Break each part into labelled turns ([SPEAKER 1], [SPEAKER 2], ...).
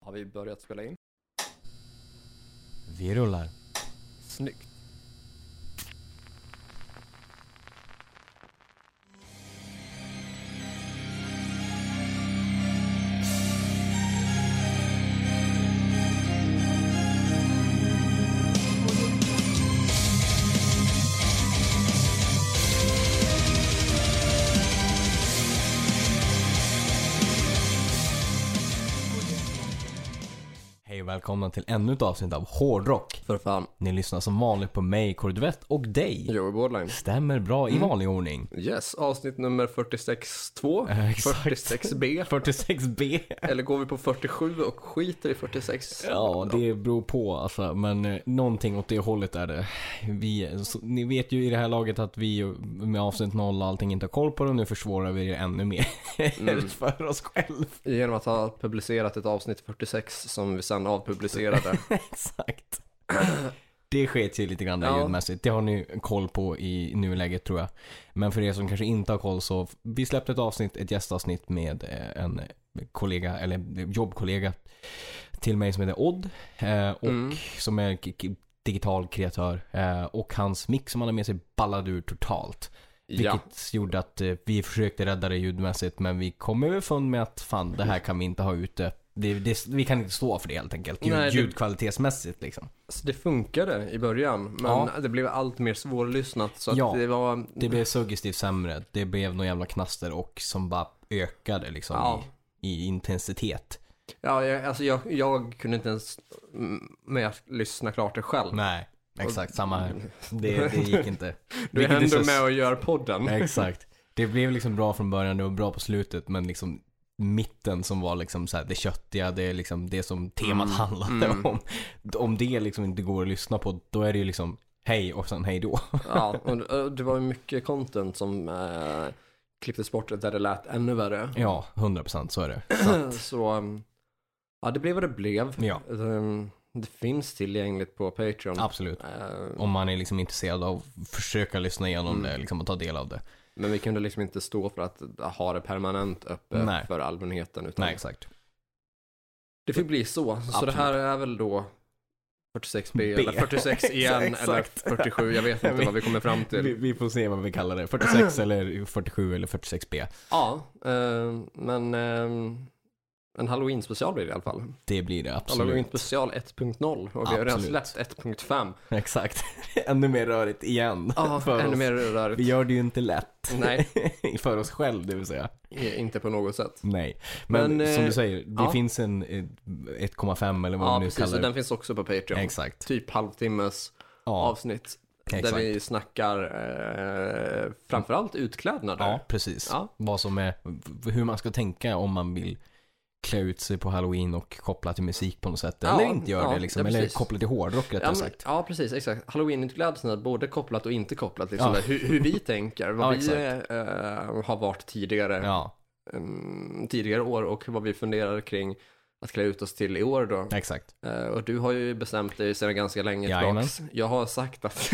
[SPEAKER 1] Har vi börjat spela in?
[SPEAKER 2] Vi rullar.
[SPEAKER 1] Snyggt.
[SPEAKER 2] Hej och välkomna till ännu ett avsnitt av Hårdrock.
[SPEAKER 1] För fan.
[SPEAKER 2] Ni lyssnar som vanligt på mig, Kordvett och dig.
[SPEAKER 1] Joey Bordline.
[SPEAKER 2] Stämmer bra i vanlig ordning.
[SPEAKER 1] Yes, avsnitt nummer 46.2.
[SPEAKER 2] Eh, exakt.
[SPEAKER 1] 46b.
[SPEAKER 2] 46B.
[SPEAKER 1] Eller går vi på 47 och skiter i 46?
[SPEAKER 2] Ja, det beror på alltså, men eh, någonting åt det hållet är det. Vi, så, ni vet ju i det här laget att vi med avsnitt 0 och allting inte har koll på det och nu försvårar vi det ännu mer för oss själva.
[SPEAKER 1] Genom att ha publicerat ett avsnitt 46 som vi sen avpublicerade.
[SPEAKER 2] Exakt. Det sket sig lite grann där
[SPEAKER 1] Ja.
[SPEAKER 2] ljudmässigt. Det har ni koll på i nuläget tror jag. Men för er som kanske inte har koll så, vi släppte ett avsnitt, ett gästavsnitt med eh, en kollega, eller jobbkollega till mig som heter Odd. eh, Och
[SPEAKER 1] Mm.
[SPEAKER 2] som är k- k- digital kreatör. eh, Och hans mix som han har med sig ballade ur totalt. Vilket
[SPEAKER 1] ja,
[SPEAKER 2] gjorde att eh, vi försökte rädda det ljudmässigt men vi kom överfund med att fan det här kan vi inte ha ute. Det, det, vi kan inte stå för det helt enkelt. Ljud,
[SPEAKER 1] Nej, det-
[SPEAKER 2] Ljudkvalitetsmässigt liksom.
[SPEAKER 1] så det funkade i början, men
[SPEAKER 2] Ja.
[SPEAKER 1] det blev allt mer svårlyssnat. Så att
[SPEAKER 2] Ja.
[SPEAKER 1] det var...
[SPEAKER 2] Det blev suggestivt sämre. Det blev någon jävla knaster och som bara ökade liksom
[SPEAKER 1] Ja.
[SPEAKER 2] i, i intensitet.
[SPEAKER 1] Ja, jag, alltså jag, jag kunde inte ens mm, med att lyssna klart det själv.
[SPEAKER 2] Nej, exakt samma här. Det, det gick inte.
[SPEAKER 1] Du
[SPEAKER 2] Vilket är
[SPEAKER 1] händer
[SPEAKER 2] så-
[SPEAKER 1] med och gör podden.
[SPEAKER 2] Nej, Exakt. Det blev liksom bra från början, det var bra på slutet, men liksom mitten som var liksom så här, det köttiga, det är liksom det som temat
[SPEAKER 1] Mm,
[SPEAKER 2] handlade
[SPEAKER 1] mm.
[SPEAKER 2] om. Om det liksom inte går att lyssna på, då är det ju liksom hej och sen hej då.
[SPEAKER 1] Ja, och det- och det var ju mycket content som eh, klipptes bort där det lät ännu värre.
[SPEAKER 2] Ja, 100% så är det.
[SPEAKER 1] Så um, ja, det blev vad det blev.
[SPEAKER 2] Ja,
[SPEAKER 1] Um, Det finns tillgängligt på Patreon.
[SPEAKER 2] absolut.
[SPEAKER 1] Eh,
[SPEAKER 2] Om man är liksom intresserad av att försöka lyssna igenom
[SPEAKER 1] Mm.
[SPEAKER 2] det liksom, och ta del av det.
[SPEAKER 1] Men vi kunde liksom inte stå för att ha det permanent öppet
[SPEAKER 2] Nej.
[SPEAKER 1] för allmänheten. Utan
[SPEAKER 2] Nej, exakt.
[SPEAKER 1] Det fick bli så. Så det
[SPEAKER 2] Absolut.
[SPEAKER 1] här är väl då 46B eller
[SPEAKER 2] B.
[SPEAKER 1] 46 igen eller
[SPEAKER 2] Exakt.
[SPEAKER 1] 47. Jag vet inte vad vi kommer fram
[SPEAKER 2] Vi,
[SPEAKER 1] till.
[SPEAKER 2] vi får se vad vi kallar det. 46 eller 47 eller 46B.
[SPEAKER 1] Ja, eh, men ehm, en halloween special blir det i alla fall.
[SPEAKER 2] Det blir det
[SPEAKER 1] Halloween
[SPEAKER 2] absolut.
[SPEAKER 1] special 1.0 och vi har redan
[SPEAKER 2] Absolut.
[SPEAKER 1] släppt 1.5.
[SPEAKER 2] Exakt. Ännu mer rörigt igen.
[SPEAKER 1] Ja,
[SPEAKER 2] för
[SPEAKER 1] ännu
[SPEAKER 2] oss.
[SPEAKER 1] mer rörigt.
[SPEAKER 2] Vi gör det ju inte lätt.
[SPEAKER 1] Nej.
[SPEAKER 2] För oss själv, det vill säga.
[SPEAKER 1] Inte på något sätt.
[SPEAKER 2] Nej. Men,
[SPEAKER 1] Men, eh,
[SPEAKER 2] som du säger, det
[SPEAKER 1] ja.
[SPEAKER 2] finns en eh, 1,5 eller vad
[SPEAKER 1] Ja,
[SPEAKER 2] man nu
[SPEAKER 1] precis.
[SPEAKER 2] kallar
[SPEAKER 1] Och
[SPEAKER 2] det.
[SPEAKER 1] den finns också på Patreon.
[SPEAKER 2] Exakt.
[SPEAKER 1] Typ halvtimmes
[SPEAKER 2] Ja,
[SPEAKER 1] avsnitt.
[SPEAKER 2] exakt.
[SPEAKER 1] Där vi snackar eh, framförallt utklädnader.
[SPEAKER 2] ja precis.
[SPEAKER 1] Ja.
[SPEAKER 2] Vad som är, hur man ska tänka om man vill klä ut sig på halloween och koppla till musik på något sätt.
[SPEAKER 1] Ja,
[SPEAKER 2] eller inte gör
[SPEAKER 1] ja,
[SPEAKER 2] det liksom.
[SPEAKER 1] ja,
[SPEAKER 2] eller
[SPEAKER 1] precis.
[SPEAKER 2] koppla till hårdrock
[SPEAKER 1] Ja,
[SPEAKER 2] rättare
[SPEAKER 1] men-
[SPEAKER 2] sagt.
[SPEAKER 1] ja, precis. Exakt. Halloween-utklädnad, både kopplat och inte kopplat. Liksom,
[SPEAKER 2] Ja.
[SPEAKER 1] där, hur, hur vi tänker,
[SPEAKER 2] Ja,
[SPEAKER 1] vad vi
[SPEAKER 2] exakt.
[SPEAKER 1] eh, har varit tidigare,
[SPEAKER 2] Ja,
[SPEAKER 1] mm, tidigare år och vad vi funderar kring att klä ut oss till i år då.
[SPEAKER 2] exakt.
[SPEAKER 1] Eh, och du har ju bestämt dig sedan ganska länge
[SPEAKER 2] Jajamän.
[SPEAKER 1] tillbaks. Jag har sagt att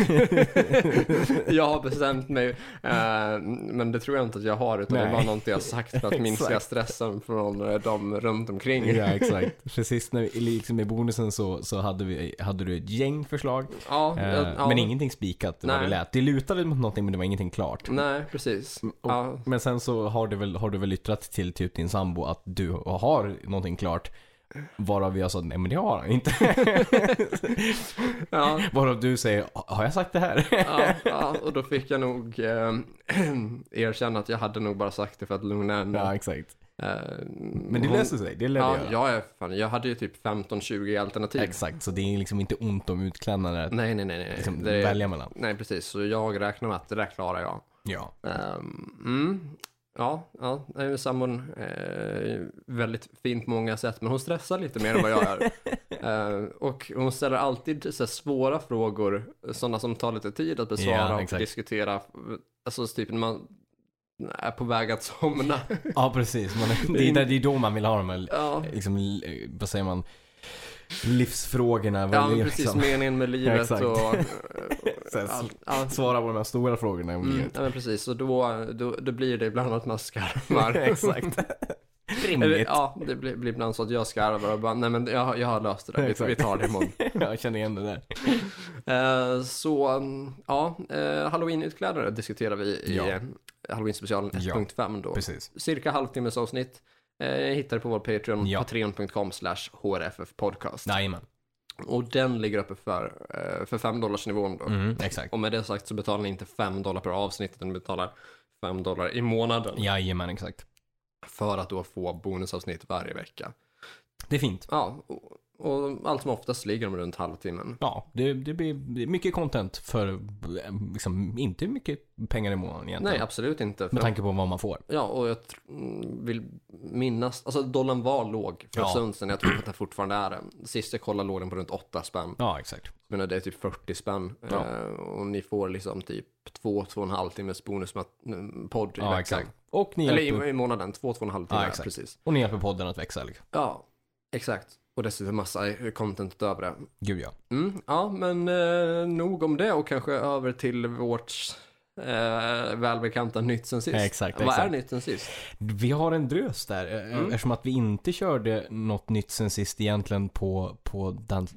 [SPEAKER 1] jag har bestämt mig, eh, men det tror jag inte att jag har, utan det
[SPEAKER 2] Nej.
[SPEAKER 1] var något jag sagt för att minska
[SPEAKER 2] Exakt.
[SPEAKER 1] stressen från eh, dem runt omkring.
[SPEAKER 2] Ja, exakt. Precis när vi, liksom i bonusen så, så hade, vi, hade du ett gäng förslag.
[SPEAKER 1] Ja,
[SPEAKER 2] eh,
[SPEAKER 1] jag- ja,
[SPEAKER 2] Men ingenting spikat vad det
[SPEAKER 1] Nej. Mm.
[SPEAKER 2] lät. Det lutade mot någonting men det var ingenting klart.
[SPEAKER 1] Nej, precis.
[SPEAKER 2] och-
[SPEAKER 1] Ja,
[SPEAKER 2] Men sen så har du väl, har du väl yttrat till typ din sambo att du har någonting klart. Varav jag sa nej men det har han inte.
[SPEAKER 1] ja,
[SPEAKER 2] Varav du säger har jag sagt det här?
[SPEAKER 1] ja, ja, och då fick jag nog eh, erkänna att jag hade nog bara sagt det för att lugna henne.
[SPEAKER 2] Ja exakt.
[SPEAKER 1] Eh,
[SPEAKER 2] Men det
[SPEAKER 1] hon-
[SPEAKER 2] löser sig, det lär
[SPEAKER 1] Ja,
[SPEAKER 2] det göra.
[SPEAKER 1] jag, är, fan, jag hade ju typ 15-20 alternativ.
[SPEAKER 2] Exakt, så det är liksom inte ont om utklädnader att
[SPEAKER 1] Nej, nej, nej. nej.
[SPEAKER 2] liksom,
[SPEAKER 1] Mm. Det är-
[SPEAKER 2] välja mellan.
[SPEAKER 1] Nej, precis. Så jag räknar med att det där klarar jag.
[SPEAKER 2] Ja.
[SPEAKER 1] Ehm, mm. Ja, ja, nej, men sambon eh, väldigt fin på många sätt, men hon stressar lite mer än vad jag gör. Ehm, och hon ställer alltid så här, svåra frågor, sådana som tar lite tid att besvara
[SPEAKER 2] Ja,
[SPEAKER 1] och
[SPEAKER 2] exakt.
[SPEAKER 1] diskutera. Alltså typ när man är på väg att somna.
[SPEAKER 2] ja precis, man, det, är, där- det är då man vill ha de här
[SPEAKER 1] ja,
[SPEAKER 2] liksom, li- vad säger man, livsfrågorna.
[SPEAKER 1] ja
[SPEAKER 2] vad
[SPEAKER 1] men
[SPEAKER 2] är
[SPEAKER 1] precis,
[SPEAKER 2] liksom-
[SPEAKER 1] meningen med livet
[SPEAKER 2] exakt.
[SPEAKER 1] och... eh,
[SPEAKER 2] Så här,
[SPEAKER 1] Ja, ja,
[SPEAKER 2] Svara på de här stora frågorna om
[SPEAKER 1] mm,
[SPEAKER 2] livet.
[SPEAKER 1] ja, men precis. Så då, då, då blir det ibland att man skarvar.
[SPEAKER 2] Exakt.
[SPEAKER 1] Eller,
[SPEAKER 2] Rimligt.
[SPEAKER 1] ja, det blir, blir ibland så att jag skarvar och bara, nej men jag, jag har löst det där, vi, vi tar det imorgon.
[SPEAKER 2] jag känner igen det där.
[SPEAKER 1] Eh, så, mm, ja, eh, halloween-utklädare diskuterar vi i
[SPEAKER 2] Ja.
[SPEAKER 1] ja. halloween-specialen
[SPEAKER 2] Ja.
[SPEAKER 1] 1.5 då.
[SPEAKER 2] Precis.
[SPEAKER 1] Cirka halvtimmes avsnitt. Eh, hittar du på vår Patreon,
[SPEAKER 2] Ja.
[SPEAKER 1] patreon.com slash hrffpodcast.
[SPEAKER 2] Jajamän.
[SPEAKER 1] Och den ligger uppe för, eh, för 5 dollars nivån då.
[SPEAKER 2] Mm, exakt.
[SPEAKER 1] Och med det sagt så betalar ni inte 5 dollar per avsnitt, utan ni betalar 5 dollar i månaden.
[SPEAKER 2] Jajamän, exakt.
[SPEAKER 1] För att då få bonusavsnitt varje vecka.
[SPEAKER 2] Det är fint.
[SPEAKER 1] Ja, och, och allt som oftast ligger de runt halvtimmen.
[SPEAKER 2] Ja, det, det blir mycket content för eh, liksom, inte mycket pengar i månaden egentligen.
[SPEAKER 1] Nej, absolut inte.
[SPEAKER 2] Med
[SPEAKER 1] För,
[SPEAKER 2] tanke på vad man får.
[SPEAKER 1] ja, och jag tr- mm, vill minnas, alltså dollarn var låg för
[SPEAKER 2] Ja.
[SPEAKER 1] en stund sedan. Jag tror att den fortfarande är det. Sist jag kollade låg den på runt 8 spänn.
[SPEAKER 2] Ja, exakt.
[SPEAKER 1] Jag menar, det är typ 40 spänn.
[SPEAKER 2] Ja.
[SPEAKER 1] Eh, och ni får liksom typ 2-2,5 timmes bonuspodd mm, i
[SPEAKER 2] Ja,
[SPEAKER 1] veckan.
[SPEAKER 2] exakt. Och ni,
[SPEAKER 1] Eller
[SPEAKER 2] hjälper,
[SPEAKER 1] i, i månaden, 2-2,5
[SPEAKER 2] Ja,
[SPEAKER 1] timmar.
[SPEAKER 2] exakt.
[SPEAKER 1] precis.
[SPEAKER 2] och ni hjälper podden att växa. Liksom.
[SPEAKER 1] Ja, exakt. Och dessutom massa content utöver det.
[SPEAKER 2] Gud ja.
[SPEAKER 1] Mm, ja, men eh, nog om det och kanske över till vårt eh, välbekanta nytt sen sist.
[SPEAKER 2] Exakt,
[SPEAKER 1] Vad
[SPEAKER 2] exakt.
[SPEAKER 1] är nytt sen sist?
[SPEAKER 2] Vi har en drös där. eh, Eftersom att vi inte körde något nytt sen sist egentligen på, på den,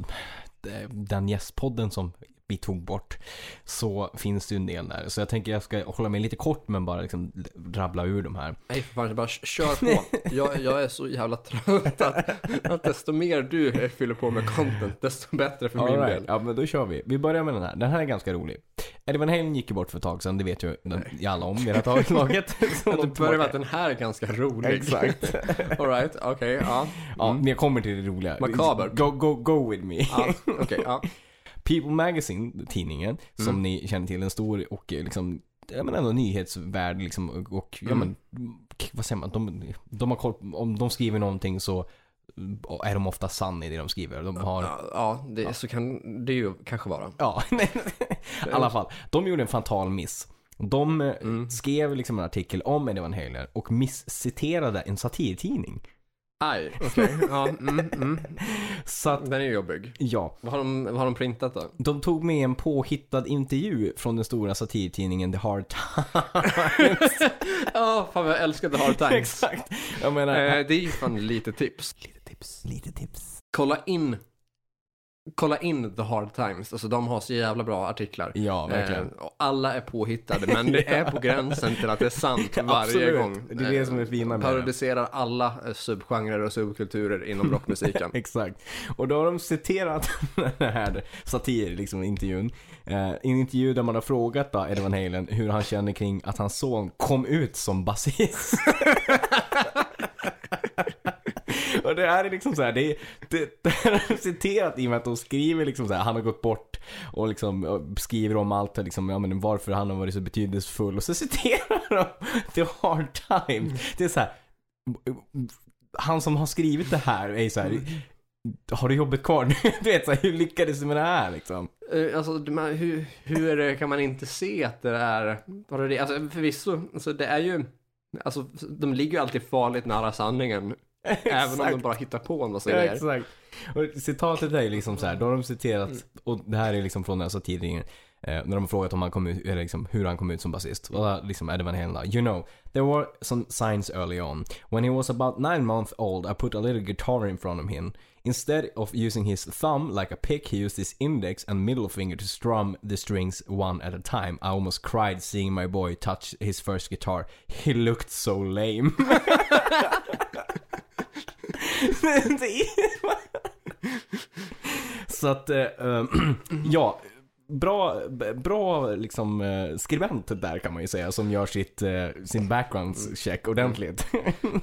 [SPEAKER 2] den gästpodden som vi tog bort. Så finns det ju en del där. Så jag tänker jag ska hålla mig lite kort men bara liksom rabbla ur de här.
[SPEAKER 1] Nej, för fan, bara k- kör på. Jag, jag är så jävla trött att, att desto mer du eh, fyller på med content, desto bättre för min
[SPEAKER 2] All right.
[SPEAKER 1] del.
[SPEAKER 2] Ja men då kör vi. Vi börjar med den här. Den här är ganska rolig. Edvin Helm gick ju bort för ett tag sedan. Det vet ju den, alla om vid det här laget. Så
[SPEAKER 1] Att
[SPEAKER 2] de
[SPEAKER 1] det börjar med
[SPEAKER 2] tillbaka-
[SPEAKER 1] att den här är ganska rolig.
[SPEAKER 2] Exakt.
[SPEAKER 1] All right, okej, ja.
[SPEAKER 2] Ja, men jag kommer till det roliga.
[SPEAKER 1] Makaber.
[SPEAKER 2] Go, go, go with me.
[SPEAKER 1] ja okej, ja.
[SPEAKER 2] People Magazine, tidningen, som ni känner till, en stor och eh, liksom, ja men ändå nyhetsvärd liksom och, och ja men, k- vad säger man, de, de har koll, på- om de skriver någonting så eh, är de ofta sann i det de skriver. De har,
[SPEAKER 1] Ja, ja, det, så kan det ju kanske vara.
[SPEAKER 2] ja, nej, i alla fall. De gjorde en fatal miss. De eh,
[SPEAKER 1] Mm.
[SPEAKER 2] skrev liksom en artikel om Eddie Van Halen och missciterade en satirtidning.
[SPEAKER 1] Aj, okej. Ja, mm, mm.
[SPEAKER 2] Så att,
[SPEAKER 1] Den är ju jobbig.
[SPEAKER 2] ja.
[SPEAKER 1] Vad har de, vad har de printat då?
[SPEAKER 2] De tog med en påhittad intervju från den stora satirtidningen The Hard
[SPEAKER 1] Ja, fan vad jag älskar The Hard Times.
[SPEAKER 2] Exakt. Jag menar,
[SPEAKER 1] eh, det är ju fan lite tips.
[SPEAKER 2] lite tips. Lite tips.
[SPEAKER 1] Kolla in, kolla in The Hard Times. Alltså de har så jävla bra artiklar.
[SPEAKER 2] Ja, verkligen.
[SPEAKER 1] Eh, och alla är påhittade, men det är på gränsen till att det är sant varje
[SPEAKER 2] Absolut.
[SPEAKER 1] gång.
[SPEAKER 2] Det är det som är fina med det.
[SPEAKER 1] Parodiserar alla eh, subgenrer och subkulturer inom rockmusiken.
[SPEAKER 2] Exakt. Och då har de citerat den här satir, liksom intervjun. Eh, i en intervju där man har frågat då Edvin Halen hur han känner kring att hans son kom ut som basist. Och det här är liksom så här, det, det, det här har de citerat i och med att de skriver liksom så här, han har gått bort och liksom och skriver om allt, liksom, ja, men varför han har varit så betydelsefull och så citerar de The Hard Times. Det är så här, han som har skrivit det här är ju så här, har du jobbet kvar nu? Du vet så här, hur lyckades du med det här liksom?
[SPEAKER 1] Eh, Alltså, de här- hur, hur kan man inte se att det är parodi? Alltså, förvisso, alltså, det är ju... Alltså, de ligger ju alltid farligt nära sanningen. även om de bara hittar på en massa
[SPEAKER 2] Ja,
[SPEAKER 1] grejer.
[SPEAKER 2] exakt. Och citatet är ju liksom så här, då har de citerat,
[SPEAKER 1] Mm.
[SPEAKER 2] och det här är liksom från den här satirtidningen, eh, när de har frågat om han kom ut, eller liksom, hur han kom ut som basist. Och där liksom Eddie Van Halen la, You know, there were some signs early on. When he was about nine months old I put a little guitar in front of him. Instead of using his thumb like a pick, he used his index and middle finger to strum the strings one at a time. I almost cried seeing my boy touch his first guitar. He looked so lame. Så att, eh, eh, ja. Bra, b- bra liksom, eh, skribent där kan man ju säga som gör sitt, eh, sin background check ordentligt.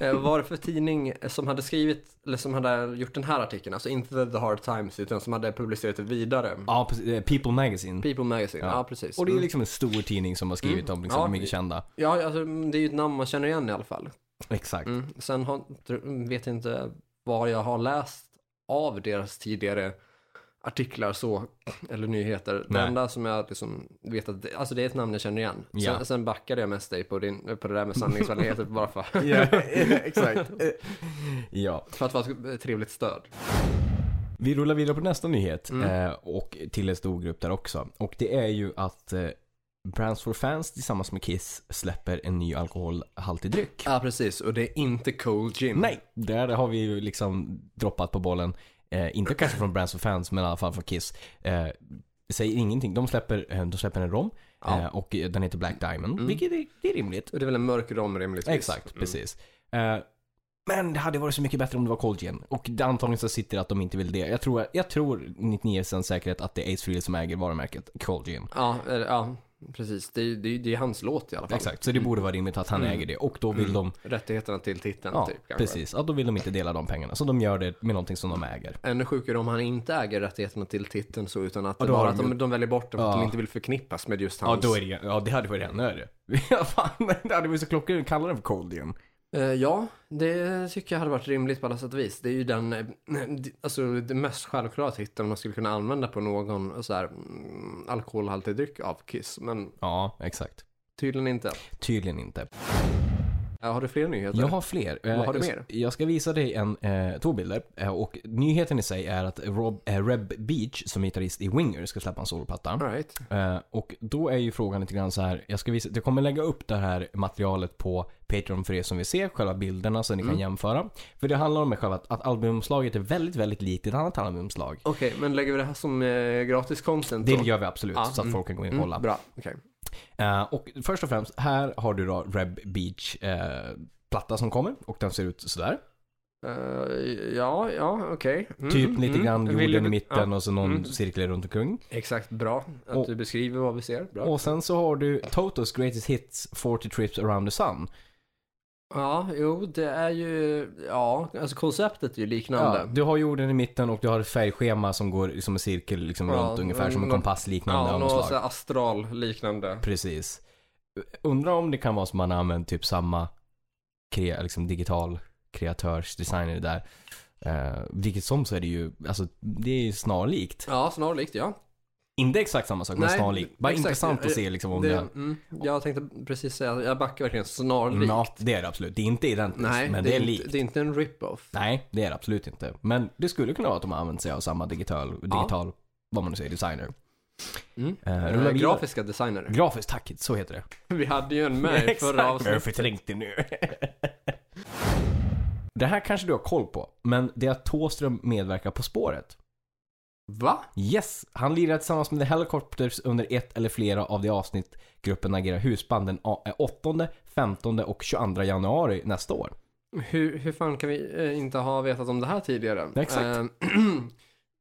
[SPEAKER 1] Eh, Vad var det för tidning eh, som hade skrivit, eller som hade gjort den här artikeln? Alltså inte The Hard Times, utan som hade publicerat det vidare.
[SPEAKER 2] ja, precis, eh, People Magazine.
[SPEAKER 1] People Magazine, ja, precis.
[SPEAKER 2] Och det är liksom en stor tidning som har skrivit om liksom,
[SPEAKER 1] Mm. Ja.
[SPEAKER 2] de mycket kända.
[SPEAKER 1] Ja, alltså, det är ju ett namn man känner igen i alla fall.
[SPEAKER 2] Exakt.
[SPEAKER 1] Mm. Sen har, tr- vet jag inte vad jag har läst av deras tidigare artiklar så, eller nyheter. Det
[SPEAKER 2] Nej.
[SPEAKER 1] enda som jag liksom vet att, det- alltså det är ett namn jag känner igen. Sen,
[SPEAKER 2] Ja.
[SPEAKER 1] sen backade jag mest dig på, din, på det där med sanningsvärdigheter bara för,
[SPEAKER 2] exakt. ja.
[SPEAKER 1] för att vara ett trevligt stöd.
[SPEAKER 2] Vi rullar vidare på nästa nyhet eh, och till en stor grupp där också. Och det är ju att eh, Brands for Fans tillsammans med Kiss släpper en ny alkoholhaltig dryck.
[SPEAKER 1] Ja, precis. Och det är inte Cold Gin.
[SPEAKER 2] Nej, där har vi ju liksom droppat på bollen. Eh, inte kanske från Brands for Fans, men i alla fall från Kiss. Eh, säger ingenting. De släpper, eh, de släpper en rom
[SPEAKER 1] Ja.
[SPEAKER 2] eh, och den heter Black Diamond, vilket är, det är rimligt.
[SPEAKER 1] Och det är väl en mörk rom rimligtvis. Mm.
[SPEAKER 2] Exakt, precis. Eh, men det hade varit så mycket bättre om det var Cold Gin. Och det antagligen så sitter det att de inte vill det. Jag tror, jag tror 99% säkerhet att det är Ace Frehley som äger varumärket Cold Gin.
[SPEAKER 1] Ja, eller, ja precis. Det, är- det, är- det är hans låt i alla fall. Mm.
[SPEAKER 2] Exakt, så det borde vara rimligt att han äger det. Och då vill de,
[SPEAKER 1] Rättigheterna till titeln,
[SPEAKER 2] Mm. ja,
[SPEAKER 1] typ. Kanske.
[SPEAKER 2] precis. Ja, då vill de inte dela de pengarna. Så de gör det med någonting som de äger.
[SPEAKER 1] Ännu sjukare om han inte äger rättigheterna till titeln så utan att
[SPEAKER 2] Ja,
[SPEAKER 1] det
[SPEAKER 2] då har
[SPEAKER 1] bara att
[SPEAKER 2] de
[SPEAKER 1] de, de väljer bort den för att
[SPEAKER 2] Ja.
[SPEAKER 1] de inte vill förknippas med just
[SPEAKER 2] Ja,
[SPEAKER 1] hans.
[SPEAKER 2] då är det, ja, det hade varit ännu värre. Ja, fan, det hade varit så klockrent. Kalla den för Cold Gin.
[SPEAKER 1] Eh, ja, det tycker jag hade varit rimligt på alla sätt och vis. Det är ju den, eh, d- alltså det mest självklara titeln man skulle kunna använda på någon så här mm, alkoholhaltig dryck av Kiss. Men
[SPEAKER 2] Ja, exakt.
[SPEAKER 1] tydligen inte.
[SPEAKER 2] Tydligen inte.
[SPEAKER 1] Eh, har du fler nyheter?
[SPEAKER 2] Jag har fler. Eh,
[SPEAKER 1] Vad har du mer?
[SPEAKER 2] Jag ska visa dig en, eh, två bilder. Eh, och nyheten i sig är att Rob, eh, Reb Beach, som är gitarrist i Winger, ska släppa en soloplatta.
[SPEAKER 1] All right.
[SPEAKER 2] Eh, och då är ju frågan lite grann så här. Jag, ska visa, jag kommer lägga upp det här materialet på Patreon för er som vill se. Själva bilderna så ni
[SPEAKER 1] Mm.
[SPEAKER 2] kan jämföra. För det handlar om själva att, att albumomslaget är väldigt, väldigt likt ett annat albumomslag.
[SPEAKER 1] Okej, men lägger vi det här som eh, gratis content då?
[SPEAKER 2] Det gör vi absolut,
[SPEAKER 1] Ja,
[SPEAKER 2] så att
[SPEAKER 1] mm.
[SPEAKER 2] folk kan gå in och kolla.
[SPEAKER 1] mm, Bra, okej.
[SPEAKER 2] Eh, och först och främst, här har du då Reb Beach eh, platta som kommer och den ser ut sådär.
[SPEAKER 1] Eh, ja, ja, okej. Mm,
[SPEAKER 2] typ
[SPEAKER 1] mm,
[SPEAKER 2] lite
[SPEAKER 1] mm.
[SPEAKER 2] grann
[SPEAKER 1] Vill
[SPEAKER 2] jorden
[SPEAKER 1] du-
[SPEAKER 2] i mitten
[SPEAKER 1] ja,
[SPEAKER 2] och så någon
[SPEAKER 1] Mm.
[SPEAKER 2] cirkel runt omkring.
[SPEAKER 1] Exakt, bra. Att
[SPEAKER 2] Och-
[SPEAKER 1] du beskriver vad vi ser. Bra.
[SPEAKER 2] Och sen så har du Totos Greatest Hits 40 Trips Around the Sun.
[SPEAKER 1] Ja, jo, det är ju, ja, alltså konceptet är ju liknande.
[SPEAKER 2] Ja, du har jorden i mitten och du har ett färgschema som går som en cirkel liksom
[SPEAKER 1] Ja,
[SPEAKER 2] runt ungefär som en
[SPEAKER 1] nå-
[SPEAKER 2] kompassliknande
[SPEAKER 1] Ja,
[SPEAKER 2] av
[SPEAKER 1] något
[SPEAKER 2] något
[SPEAKER 1] så
[SPEAKER 2] slag.
[SPEAKER 1] här astral-liknande.
[SPEAKER 2] Precis. Undrar om det kan vara som man har använt typ samma kre, liksom digital kreatörsdesigner där. Eh, vilket som så är det ju, alltså det är ju snarlikt.
[SPEAKER 1] Ja, snarlikt ja.
[SPEAKER 2] Inte exakt samma sak, men
[SPEAKER 1] Nej,
[SPEAKER 2] snarlikt. Bara
[SPEAKER 1] exakt.
[SPEAKER 2] intressant att se liksom om det...
[SPEAKER 1] Det, mm, jag tänkte precis säga, jag backar verkligen snarlikt.
[SPEAKER 2] Mm, Ja, det är det absolut. Det är inte identiskt,
[SPEAKER 1] Nej,
[SPEAKER 2] men
[SPEAKER 1] det,
[SPEAKER 2] det är
[SPEAKER 1] inte-
[SPEAKER 2] likt.
[SPEAKER 1] det är inte en rip-off.
[SPEAKER 2] Nej, det är det absolut inte. Men det skulle kunna vara att de har använt sig av samma digital, digital vad man nu säger, designer.
[SPEAKER 1] Mm.
[SPEAKER 2] Eh,
[SPEAKER 1] Eh,
[SPEAKER 2] rullar vidare.
[SPEAKER 1] grafiska designer.
[SPEAKER 2] Grafiskt, tack. Så heter det.
[SPEAKER 1] Vi hade ju en med i förra
[SPEAKER 2] Exakt, men jag
[SPEAKER 1] avsnittet.
[SPEAKER 2] förträngde nu. det här kanske du har koll på, men det är att Thåström medverkar På spåret.
[SPEAKER 1] Va?
[SPEAKER 2] Yes, han lirar tillsammans med The Helicopters under ett eller flera av de avsnitt gruppen agerar husband den a- eh, 8, 15 och 22 januari nästa år.
[SPEAKER 1] Hur, hur fan kan vi eh, inte ha vetat om det här tidigare?
[SPEAKER 2] Exakt.
[SPEAKER 1] Eh,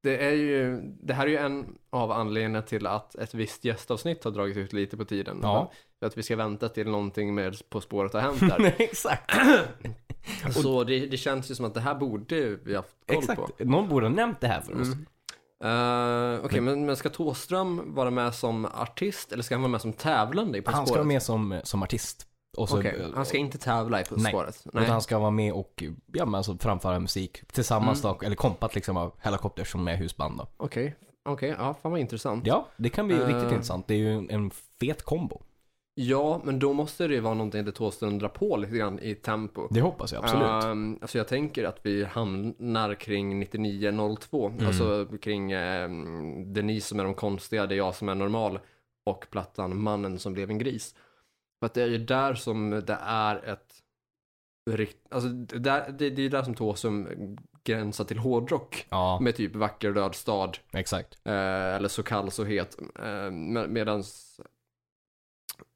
[SPEAKER 1] Det, är ju, det här är ju en av anledningarna till att ett visst gästavsnitt har dragit ut lite på tiden.
[SPEAKER 2] Ja.
[SPEAKER 1] För att vi ska vänta till någonting med På spåret har hänt där.
[SPEAKER 2] Exakt.
[SPEAKER 1] Så det, det känns ju som att det här borde vi haft koll
[SPEAKER 2] Exakt. Mm.
[SPEAKER 1] på.
[SPEAKER 2] Någon borde ha nämnt det här för oss.
[SPEAKER 1] Eh, Okej, men, men ska Thåström vara med som artist eller ska han vara med som tävlande i På
[SPEAKER 2] Han ska
[SPEAKER 1] spåret?
[SPEAKER 2] vara med som, som artist. Och så,
[SPEAKER 1] Okej, han ska inte tävla i På
[SPEAKER 2] Nej.
[SPEAKER 1] spåret?
[SPEAKER 2] Utan han ska vara med och ja, men alltså, framföra musik tillsammans
[SPEAKER 1] Mm.
[SPEAKER 2] då, eller kompat liksom av Helicopters som är husband då.
[SPEAKER 1] Okej, okej, ja fan vad intressant.
[SPEAKER 2] Ja, det kan bli
[SPEAKER 1] Eh.
[SPEAKER 2] riktigt intressant. Det är ju en, en fet kombo.
[SPEAKER 1] Ja, men då måste det ju vara någonting där Thåström drar på lite grann i tempo.
[SPEAKER 2] Det hoppas jag absolut.
[SPEAKER 1] Ehm, alltså jag tänker att vi hamnar kring 99.02,
[SPEAKER 2] Mm.
[SPEAKER 1] alltså kring um, det är ni som är de konstiga, det är jag som är normal och plattan Mannen som blev en gris. För att det är ju där som det är ett rikt, alltså det, där, det, det är ju där som Thåström gränsar till hårdrock
[SPEAKER 2] ja,
[SPEAKER 1] med typ Vacker död stad
[SPEAKER 2] exakt.
[SPEAKER 1] Eh, eller så kall, så het. Eh, med, medans